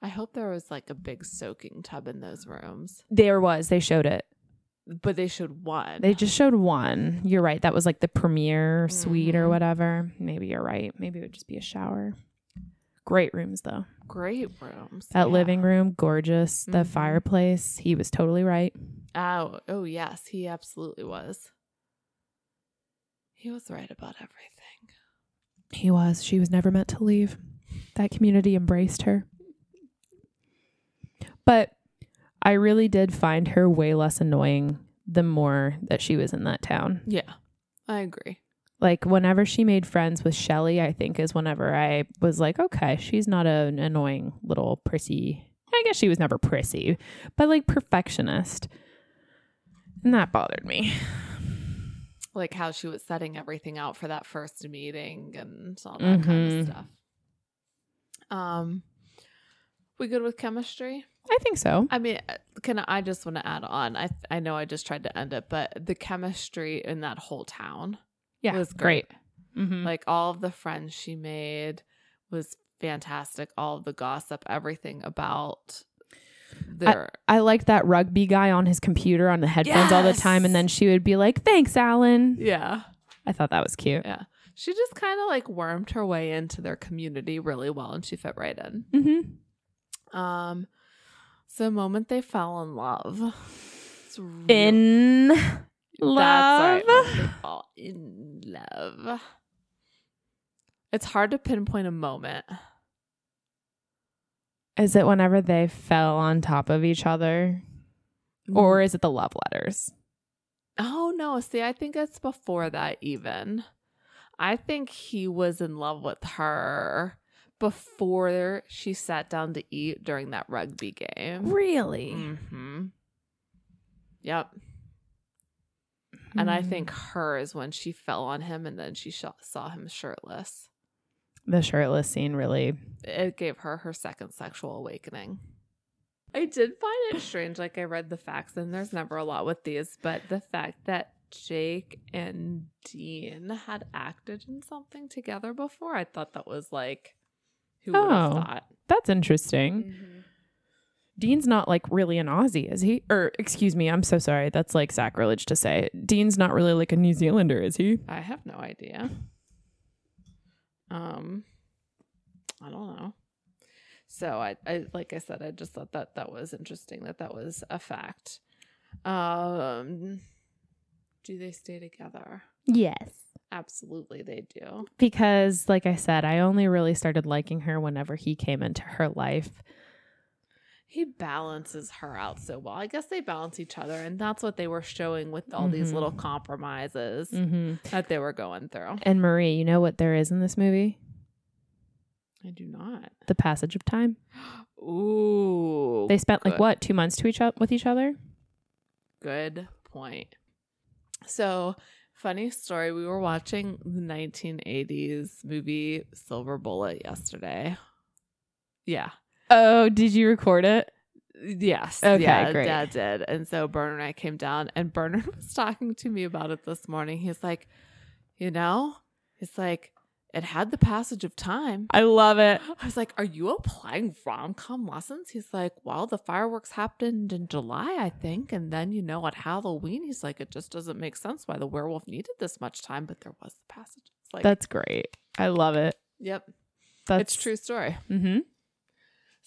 I hope there was like a big soaking tub in those rooms,
There was. They showed it.
but they should one.
They just showed one. You're right. That was like the premiere suite or
Mhm.
whatever. Maybe you're right. Maybe it would just be a shower. Great rooms though.
great rooms.
That
yeah.
living room, gorgeous. The
Mhm.
fireplace. He was totally right.
Oh, oh yes, he absolutely was. He was right about everything.
He was. She was never meant to leave. That community embraced her. But I really did find her way less annoying the more that she was in that town.
Yeah, I agree.
Like whenever she made friends with Shelly, I think is whenever I was like, okay, she's not an annoying little prissy. I guess she was never prissy, but like perfectionist. And that bothered me.
Like how she was setting everything out for that first meeting and all that kind
Mhm.
of stuff. Um, we good with chemistry?
I think so.
I mean, uh, can I I just want to add on? I I know I just tried to end it, but the chemistry in that whole town
Yeah.
was great.
Mm-hmm.
Like all of the friends she made was fantastic. All of the gossip, everything about their
I liked that rugby guy on his computer on the headphones all the time, and
Yes.
then she would be like, "Thanks, Alan."
yeah.
I thought that was cute.
Yeah. She just kind of like wormed her way into their community really well and she fit right in.
Mm-hmm.
Um so the moment they fell in love. It's real-
In love,
That's right. They fall in love. It's hard to pinpoint a moment.
is it whenever they fell on top of each other, or is it the love letters?
Oh no, see, I think it's before that even. I think he was in love with her before she sat down to eat during that rugby game.
Really?
hmm Yep. And
Mm. Hmm.
I think her is when she fell on him and then she sh- saw him shirtless.
the shirtless scene really.
It gave her her second sexual awakening. I did find it strange. Like, I read the facts, and there's never a lot with these, but the fact that Jake and Dean had acted in something together before, I thought that was like, who would have
Oh.
thought?
That's interesting. Dean's not like really an Aussie, is he? Or excuse me, I'm so sorry. That's like sacrilege to say. Dean's not really like a New Zealander, is he?
I have no idea. Um, I don't know. So I, I like I said, I just thought that that was interesting that that was a fact. Um, do they stay together?
Yes.
Absolutely, they do.
because like i said i only really started liking her whenever he came into her life
He balances her out so well. I guess they balance each other, and that's what they were showing with all these
Mhm.
little compromises
mm-hmm.
that they were going through.
and marie you know what there is in this movie
I do not.
the passage of time
Ooh,
they spent like
good.
what two months to each other with each other
Good point. So, funny story. We were watching the 1980s movie Silver Bullet yesterday. Yeah.
oh did you record it
Yes.
Okay,
yeah,
great.
Dad did. And so Bernard and I came down, and Bernard was talking to me about it this morning. He's like, you know, he's like, it had the passage of time.
i love it
I was like, "Are you applying rom com lessons?" He's like, "Well, the fireworks happened in July, I think, and then you know at Halloween." He's like, "It just doesn't make sense why the werewolf needed this much time, but there was the passage." It's like,
that's great i love it
"Yep,
that's
it's true story."
mm-hmm.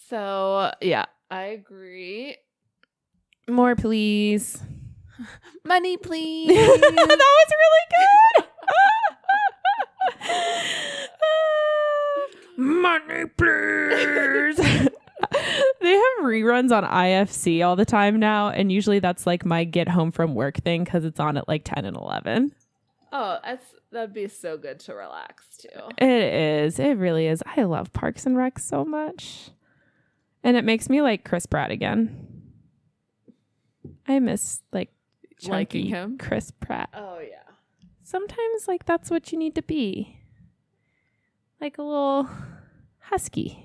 So yeah, I agree.
more please
Money,
that
please.
was really good Money, please. They have reruns on IFC all the time now, and usually that's like my get home from work thing because it's on at like ten and eleven.
Oh, that's that'd be so good to relax to.
It is. It really is. I love Parks and Rec so much, and it makes me like Chris Pratt again. I miss like
Liking
chunky
him?
Chris Pratt.
Oh yeah.
Sometimes like that's what you need to be, like a little husky.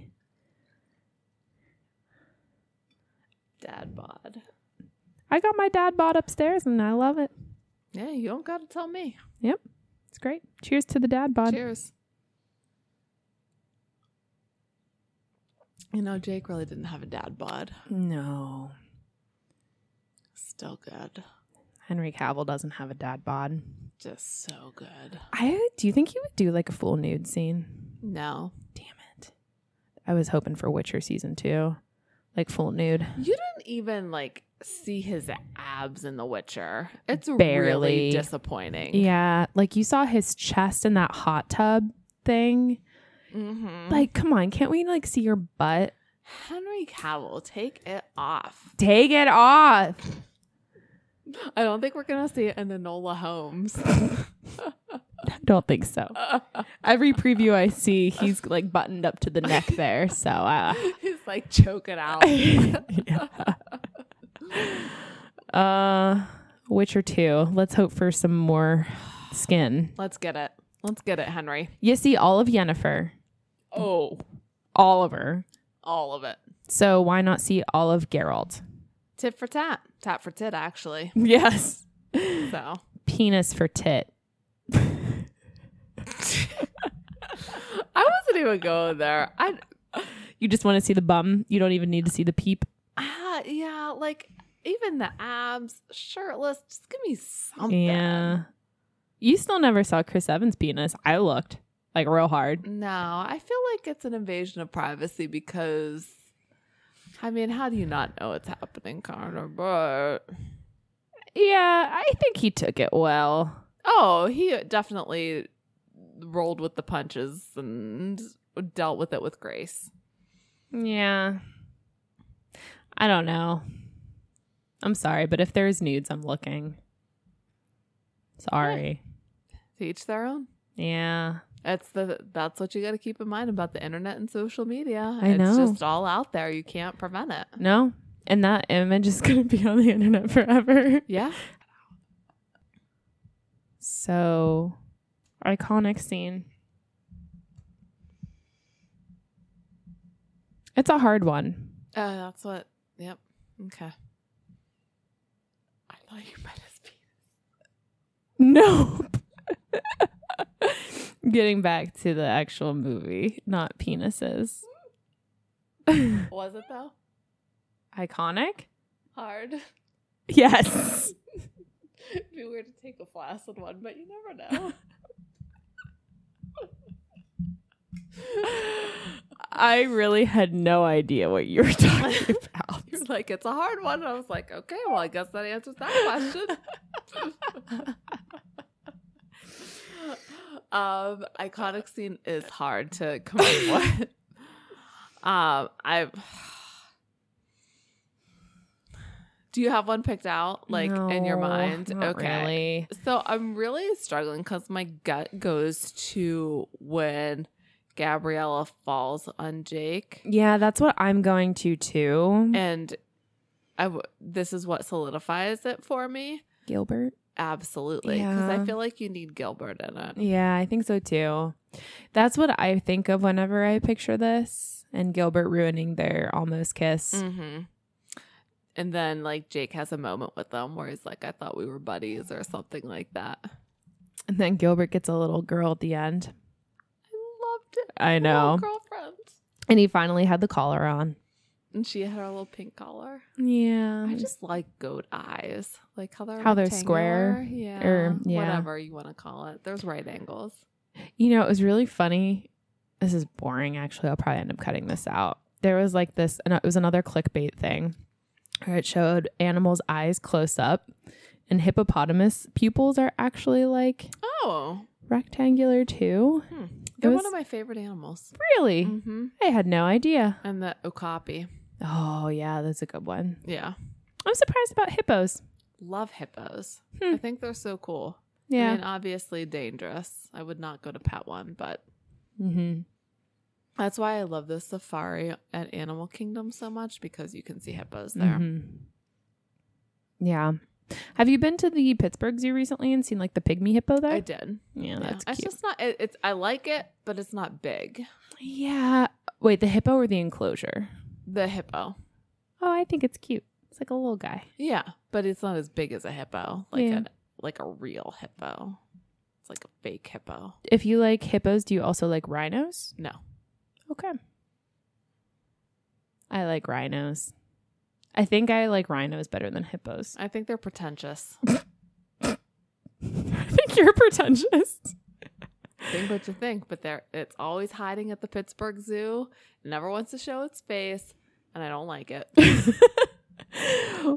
Dad bod.
I got my dad bought upstairs, and I love it.
Yeah, you don't gotta tell me.
It's great. Cheers to the dad bod.
Cheers. You know, Jake really didn't have a dad bod.
No,
Still good.
Henry Cavill doesn't have a dad bod.
Just so good.
I do you think he would do like a full nude scene?
No.
Damn it. I was hoping for Witcher season two. Like full nude.
You didn't even like see his abs in The Witcher. It's
Barely.
really disappointing.
Yeah. Like you saw his chest in that hot tub thing.
Mhm.
Like, come on, can't we like see your butt?
Henry Cavill, take it off.
Take it off.
I don't think we're gonna see it in Enola Holmes.
I don't think so. Every preview I see, he's like buttoned up to the neck there. So uh
He's like choking out.
yeah. Uh Witcher 2. Let's hope for some more skin.
Let's get it. Let's get it, Henry.
You see all of Yennefer,
Oh,
all of her.
all of it.
So why not see all of Geralt?
Tit for tat. Tat for tit, actually.
Yes.
So
Penis for tit.
I wasn't even going there. I
You just want to see the bum. You don't even need to see the peep.
ah yeah, like even the abs, shirtless, just give me something.
Yeah. You still never saw Chris Evans' penis. I looked like real hard.
No, I feel like it's an invasion of privacy because I mean, how do you not know it's happening, Connor? But
Yeah, I think he took it well.
oh, he definitely rolled with the punches and dealt with it with grace.
Yeah. I don't know. I'm sorry, but if there's nudes, I'm looking. Sorry.
To each their own.
Yeah.
That's the that's what you got to keep in mind about the internet and social media.
I
it's
know.
just all out there. You can't prevent it.
No. And that image is going to be on the internet forever.
Yeah.
So, iconic scene. It's a hard one.
Uh, that's what. Yep. Okay. I thought you meant his penis.
Nope. Getting back to the actual movie, not penises.
Was it though?
Iconic?
Hard.
Yes.
It'd be weird to take a flaccid one, but you never know.
I really had no idea what you were talking about.
You're like, it's a hard one. And I was like, okay, well, I guess that answers that question. um, iconic scene is hard to come up with. Um, I do you have one picked out, like in your
No,
mind?
not really.
So I'm really struggling because my gut goes to when Gabriella falls on Jake.
Yeah, that's what I'm going to too.
and I w- this is what solidifies it for me.
Gilbert.
Absolutely, because
Yeah.
I feel like you need Gilbert in it.
Yeah, I think so too. That's what I think of whenever I picture this and Gilbert ruining their almost kiss.
hmm And then like Jake has a moment with them where he's like, "I thought we were buddies" or something like that.
And then Gilbert gets a little girl at the end.
I loved it.
I
We're all
know.
girlfriends,
And he finally had the collar on.
and she had her little pink collar.
Yeah.
I just like goat eyes, like how they're
Um, How they're square,
rectangular. yeah,
or- yeah.
whatever you want to call it. There's right angles.
You know, it was really funny. This is boring, actually. I'll probably end up cutting this out. There was like this, and it was another clickbait thing where it showed animals' eyes close up, and hippopotamus pupils are actually like
Oh,
rectangular too.
hmm. they're
was-
one of my favorite animals.
Really?
hmm
I had no idea.
And the okapi.
Oh yeah, that's a good one.
Yeah.
I'm surprised about hippos.
Love hippos.
Hmm.
I think they're so cool. I
Yeah.
mean, obviously dangerous. I would not go to pet one, but
Mm-hmm.
that's why I love this safari at Animal Kingdom so much because you can see hippos there.
Mm-hmm. Yeah. Have you been to the Pittsburgh Zoo recently and seen like the pygmy hippo there?
I did.
Yeah,
Yeah.
oh, that's
it's
cute.
just not. It, it's. I like it, but it's not big.
Yeah. Wait, the hippo or the enclosure?
The hippo.
Oh, I think it's cute. It's like a little guy.
Yeah, but it's not as big as a hippo. Like
Yeah.
a like a real hippo. It's like a fake hippo.
If you like hippos, do you also like rhinos?
No.
Okay. I like rhinos. I think I like rhinos better than hippos.
I think they're pretentious.
I think you're pretentious.
think what you think, but they're it's always hiding at the Pittsburgh Zoo. Never wants to show its face, and I don't like it.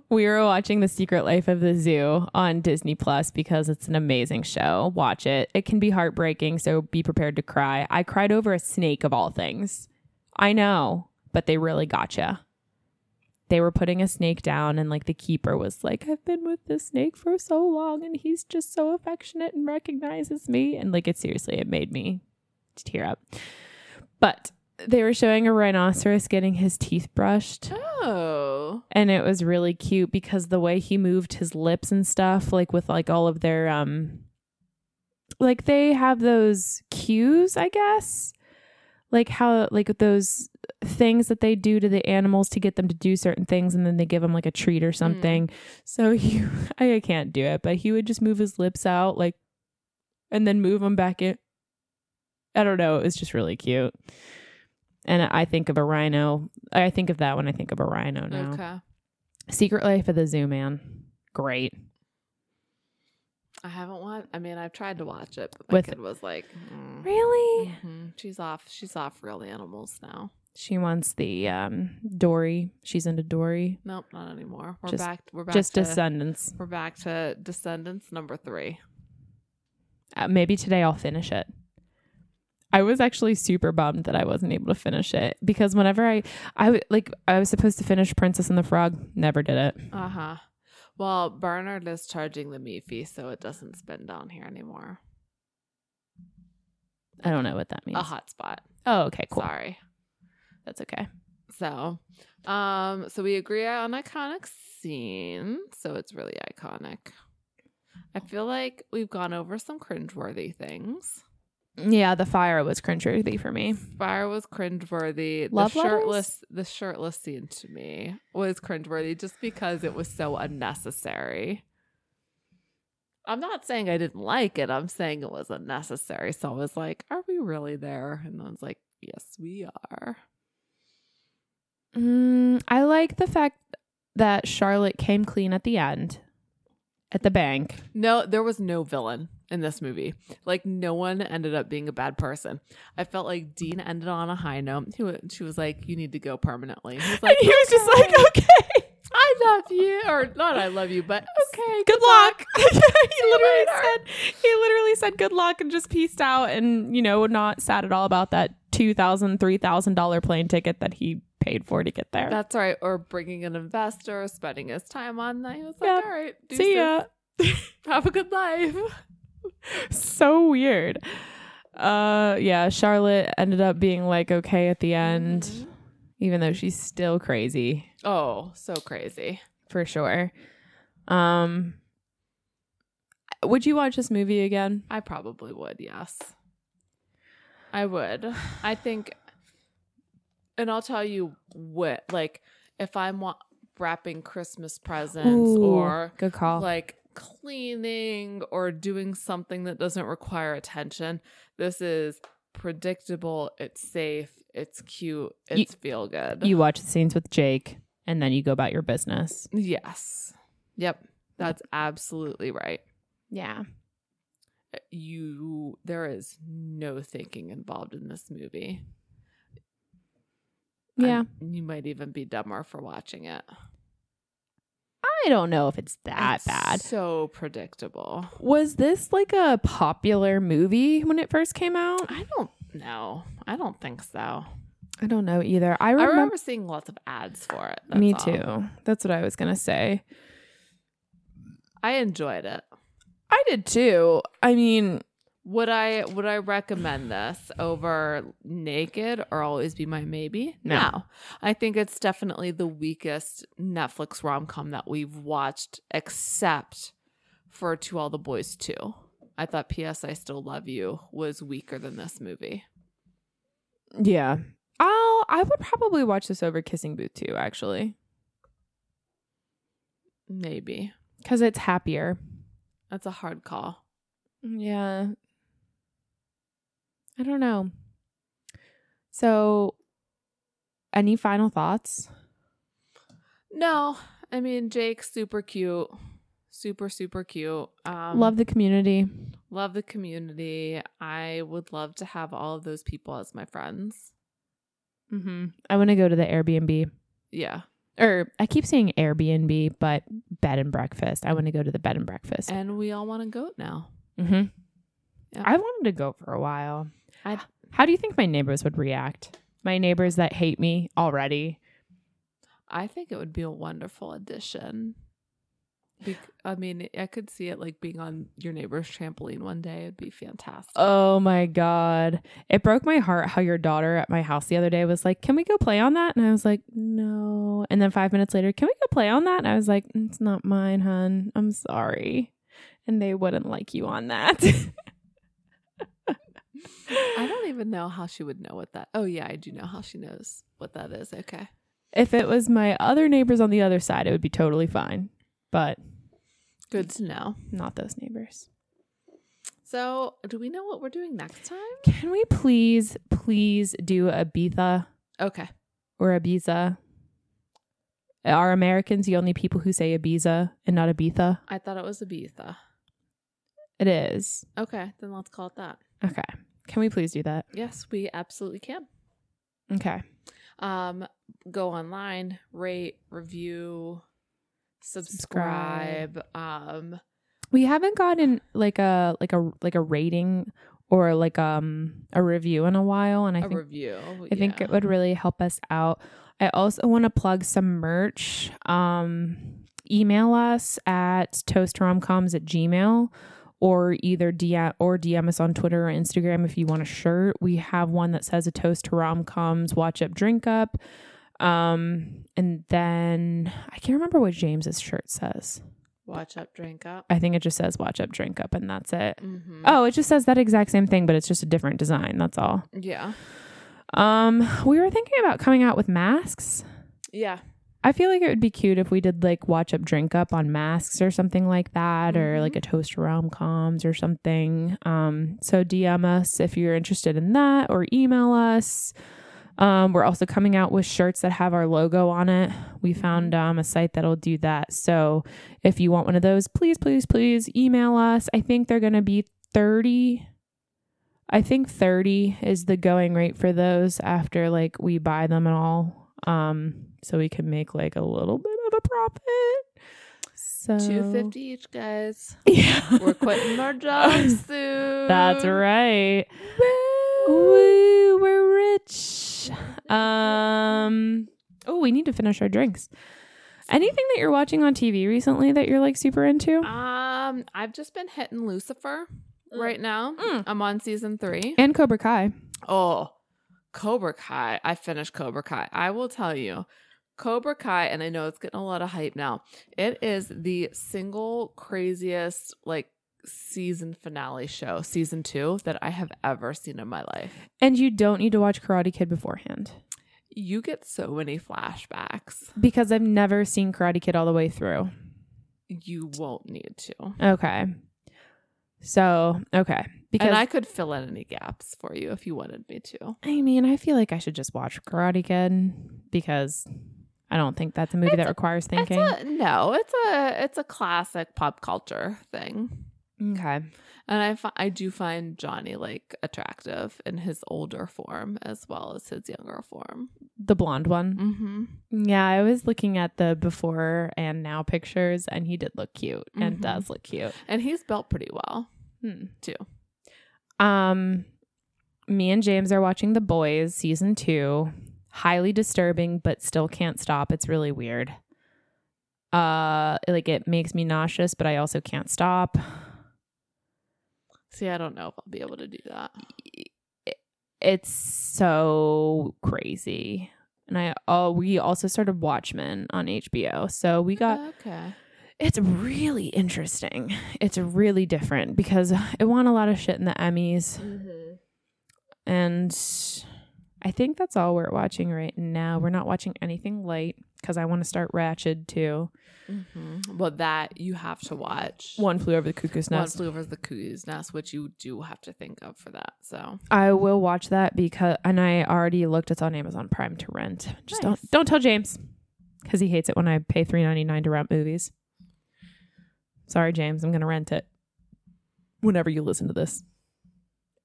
we were watching The Secret Life of the Zoo on Disney Plus because it's an amazing show. Watch it. It can be heartbreaking, so be prepared to cry. I cried over a snake of all things. I know, but they really gotcha. They were putting a snake down, and like the keeper was like, I've been with this snake for so long, and he's just so affectionate and recognizes me. And like, it seriously, it made me tear up. But they were showing a rhinoceros getting his teeth brushed
Oh.
and it was really cute because the way he moved his lips and stuff like with like all of their um like they have those cues i guess like how like those things that they do to the animals to get them to do certain things and then they give them like a treat or something so he I, I can't do it but he would just move his lips out like and then move them back in i don't know it was just really cute and i think of a rhino i think of that when i think of a rhino now
Okay.
Secret Life of the Zoo Man. Great.
I haven't watched. I mean, I've tried to watch it, but my
With-
kid was like, mm,
Really?
mhm, "She's off. She's off real animals now."
She wants the um Dory. She's into Dory.
Nope, not anymore. We're
Just-
back. We're back.
Just
to,
descendants.
We're back to Descendants number three.
Uh, maybe today I'll finish it. I was actually super bummed that I wasn't able to finish it because whenever I I w- like I was supposed to finish Princess and the Frog, never did it.
Uh huh. Well, Bernard is charging the me fee, so it doesn't spin down here anymore.
I don't know what that means.
A hotspot.
Oh, okay, cool.
Sorry.
That's okay.
So, um, so we agree on iconic scene. So it's really iconic. I feel like we've gone over some cringeworthy things.
Yeah, the fire was cringeworthy for me.
Fire was cringeworthy.
Love
the
letters?
shirtless, the shirtless scene to me was cringeworthy just because it was so unnecessary. I'm not saying I didn't like it. I'm saying it was unnecessary. So I was like, "Are we really there?" And I was like, "Yes, we are."
Mm, I like the fact that Charlotte came clean at the end, at the bank.
No, there was no villain in this movie. Like no one ended up being a bad person. I felt like Dean ended on a high note. He wa- she was like, "You need to go permanently." He was like,
and he was just like, okay,
"I love you," or not, "I love you," but okay,
good luck. he literally
later.
said, he literally said good luck and just peaced out, and you know, not sad at all about that two thousand, three thousand dollar plane ticket that he paid for to get there.
That's all right. Or bringing an investor, spending his time on that. He was like,
Yep.
"All right,
See ya.
deuces. Have a good life."
so weird. Uh, yeah, Charlotte ended up being like okay at the end,
Mhm.
even though she's still crazy.
Oh, so crazy.
for sure. Um, would you watch this movie again?
I probably would, yes. I would. I think, and I'll tell you what, like, if I'm wa- wrapping Christmas presents or
good call.
like cleaning or doing something that doesn't require attention, this is predictable, it's safe, it's cute,
You-
it's feel good.
you watch the scenes with Jake, and then you go about your business.
yes. Yep. That's absolutely right.
Yeah,
you there is no thinking involved in this movie.
yeah.
And you might even be dumber for watching it.
I don't know if it's that
It's
bad.
So predictable.
Was this like a popular movie when it first came out?
I don't know. I don't think so.
I don't know either. I
I
remember,
remember, seeing lots of ads for it. that's
me
all.
too. That's what I was gonna say.
I enjoyed it.
I did too. I mean,
Would I would I recommend this over naked or always be my maybe?
No.
I think it's definitely the weakest Netflix rom com that we've watched, except for To All the Boys Two. I thought P.S. I Still Love You was weaker than this movie.
yeah. I'll I would probably watch this over Kissing Booth too, actually,
Maybe.
because it's happier.
That's a hard call.
Yeah. I don't know. So, any final thoughts?
No, I mean Jake's super cute. Super, super cute. Um,
Love the community.
love the community. I would love to have all of those people as my friends.
Mm-hmm. I want to go to the Airbnb.
Yeah.
Or I keep saying Airbnb, but bed and breakfast. I want to go to the bed and breakfast.
And we all want to goat now.
Mm-hmm.
Eh, Yeah.
I wanted to go for a while.
I-
How do you think my neighbors would react? My neighbors that hate me already.
I think it would be a wonderful addition. Bec- I mean, I could see it like being on your neighbor's trampoline one day. It'd be fantastic.
Oh my God. It broke my heart how your daughter at my house the other day was like, Can we go play on that? And I was like, No. And then five minutes later, Can we go play on that? And I was like, "Mm, It's not mine, hun. I'm sorry. And they wouldn't like you on that.
I don't even know how she would know what that. Oh yeah, I do know how she knows what that is. Okay.
If it was my other neighbors on the other side, it would be totally fine. But
Good to know.
not those neighbors.
So, do we know what we're doing next time?
Can we please, please do Ibiza
Okay.
or Ibiza? Are Americans the only people who say Ibiza and not Ibiza?
I thought it was Ibiza.
It is.
Okay, then let's call it that.
Okay. Can we please do that?
Yes, we absolutely can.
Okay.
um go online rate review
Subscribe.
subscribe, um
We haven't gotten like a like a like a rating or like um a review in a while and I
a
think
review
I think
yeah.
it would really help us out. I also want to plug some merch. Um, email us at toastromcoms at gmail or either DM or DM us on Twitter or Instagram if you want a shirt. We have one that says a toast to romcoms, watch up, drink up. Um, and then I can't remember what James's shirt says.
watch up drink up
I think it just says watch up, drink up, and that's it.
hmm
Oh, it just says that exact same thing, but it's just a different design. That's all.
yeah
Um, we were thinking about coming out with masks.
yeah
I feel like it would be cute if we did like watch up drink up on masks or something like that, or
Mhm.
like a toast rom coms or something. Um, so DM us if you're interested in that or email us. Um, we're also coming out with shirts that have our logo on it. We found um, a site that'll do that. So if you want one of those, please, please, please email us. I think they're going to be 30. I think 30 is the going rate for those after like we buy them and all. Um, so we can make like a little bit of a profit. So
250 each guys
Yeah.
we're quitting our jobs soon
That's right.
Woo.
Woo, we're rich. Um oh, we need to finish our drinks. Anything that you're watching on TV recently that you're like super into?
um i've just been hitting lucifer
Mm.
right now
Mm.
i'm on season three
And Cobra Kai.
Oh, Cobra Kai. I finished Cobra Kai. I will tell you, Cobra Kai, and I know it's getting a lot of hype now. It is the single craziest, like, season finale show, season two, that I have ever seen in my life.
And you don't need to watch Karate Kid beforehand
You get so many flashbacks.
because I've never seen Karate Kid all the way through.
You won't need to.
Okay. So, okay. Because
and I
I,
could fill in any gaps for you if you wanted me to.
I mean, I feel like I should just watch Karate Kid because I don't think that's a movie
It's
that
a-
requires
It's
thinking.
a, no, it's a it's a classic pop culture thing.
Okay.
And I, fi- I do find Johnny like attractive in his older form as well as his younger form.
The blonde one.
Mm-hmm.
Yeah, I was looking at the before and now pictures, and he did look cute and
Mhm.
does look cute.
And he's built pretty well.
Hmm.
Too.
Um, me and James are watching The Boys season two. Highly disturbing, but still can't stop. It's really weird. Uh, like it makes me nauseous, but I also can't stop.
See, I don't know if I'll be able to do that.
It's so crazy. And I oh we also started Watchmen on HBO. So we got
Uh-huh. okay.
it's really interesting. It's really different because it won a lot of shit in the Emmys. And I think that's all we're watching right now. We're not watching anything light because I want to start Ratchet too.
Mm-hmm. Well, that you have to watch.
One flew over the cuckoo's
One
nest.
flew over the cuckoo's nest, which you do have to think of for that. So
I will watch that because, and I already looked. It's on Amazon Prime to rent. Just
Nice.
don't don't tell James because he hates it when I pay three ninety nine to rent movies. Sorry, James. I'm gonna rent it. Whenever you listen to this,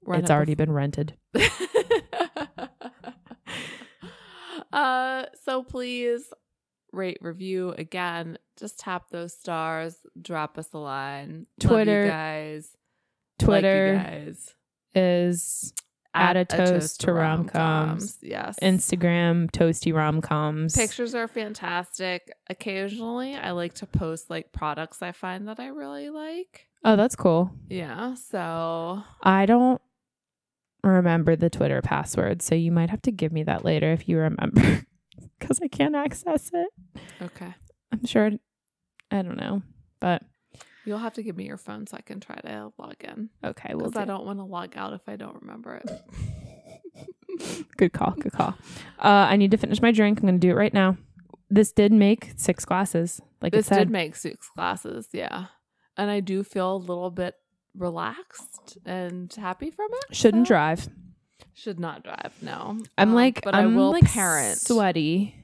run
it's
it
already been rented.
uh, so please rate, review again. Just tap those stars. Drop us a line. Love you
Twitter,
guys. Like you
Twitter
guys.
is Add a toast to rom-coms.
Yes.
Instagram toasty rom coms.
Pictures are fantastic. Occasionally, I like to post like products I find that I really like.
Oh, that's cool.
Yeah. So
I don't remember the Twitter password, so you might have to give me that later if you remember because I can't access it.
okay,
I'm sure I don't know, but
you'll have to give me your phone so I can try to log in
okay, we'll
because
do.
I don't want to log out if I don't remember it.
Good call, good call. Uh, I need to finish my drink. I'm going to do it right now. This did make six glasses, like
this
it said.
did make six glasses, yeah, and I do feel a little bit relaxed and happy from it.
Shouldn't
so-
drive.
Should not drive. No,
I'm
Um,
like,
but
I'm
will
like
parent.
sweaty,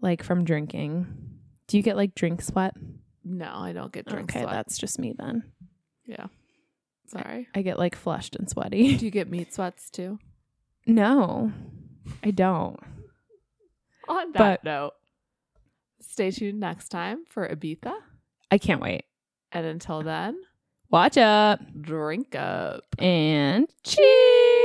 like from drinking. Do you get like drink sweat?
No, I don't get drink
okay,
sweat.
that's just me then.
yeah. Sorry.
I get like flushed and sweaty.
Do you get meat sweats too?
No, I don't.
On that
But-
note, stay tuned next time for Ibiza.
I can't wait.
And until then,
Watch up
drink up.
and cheers.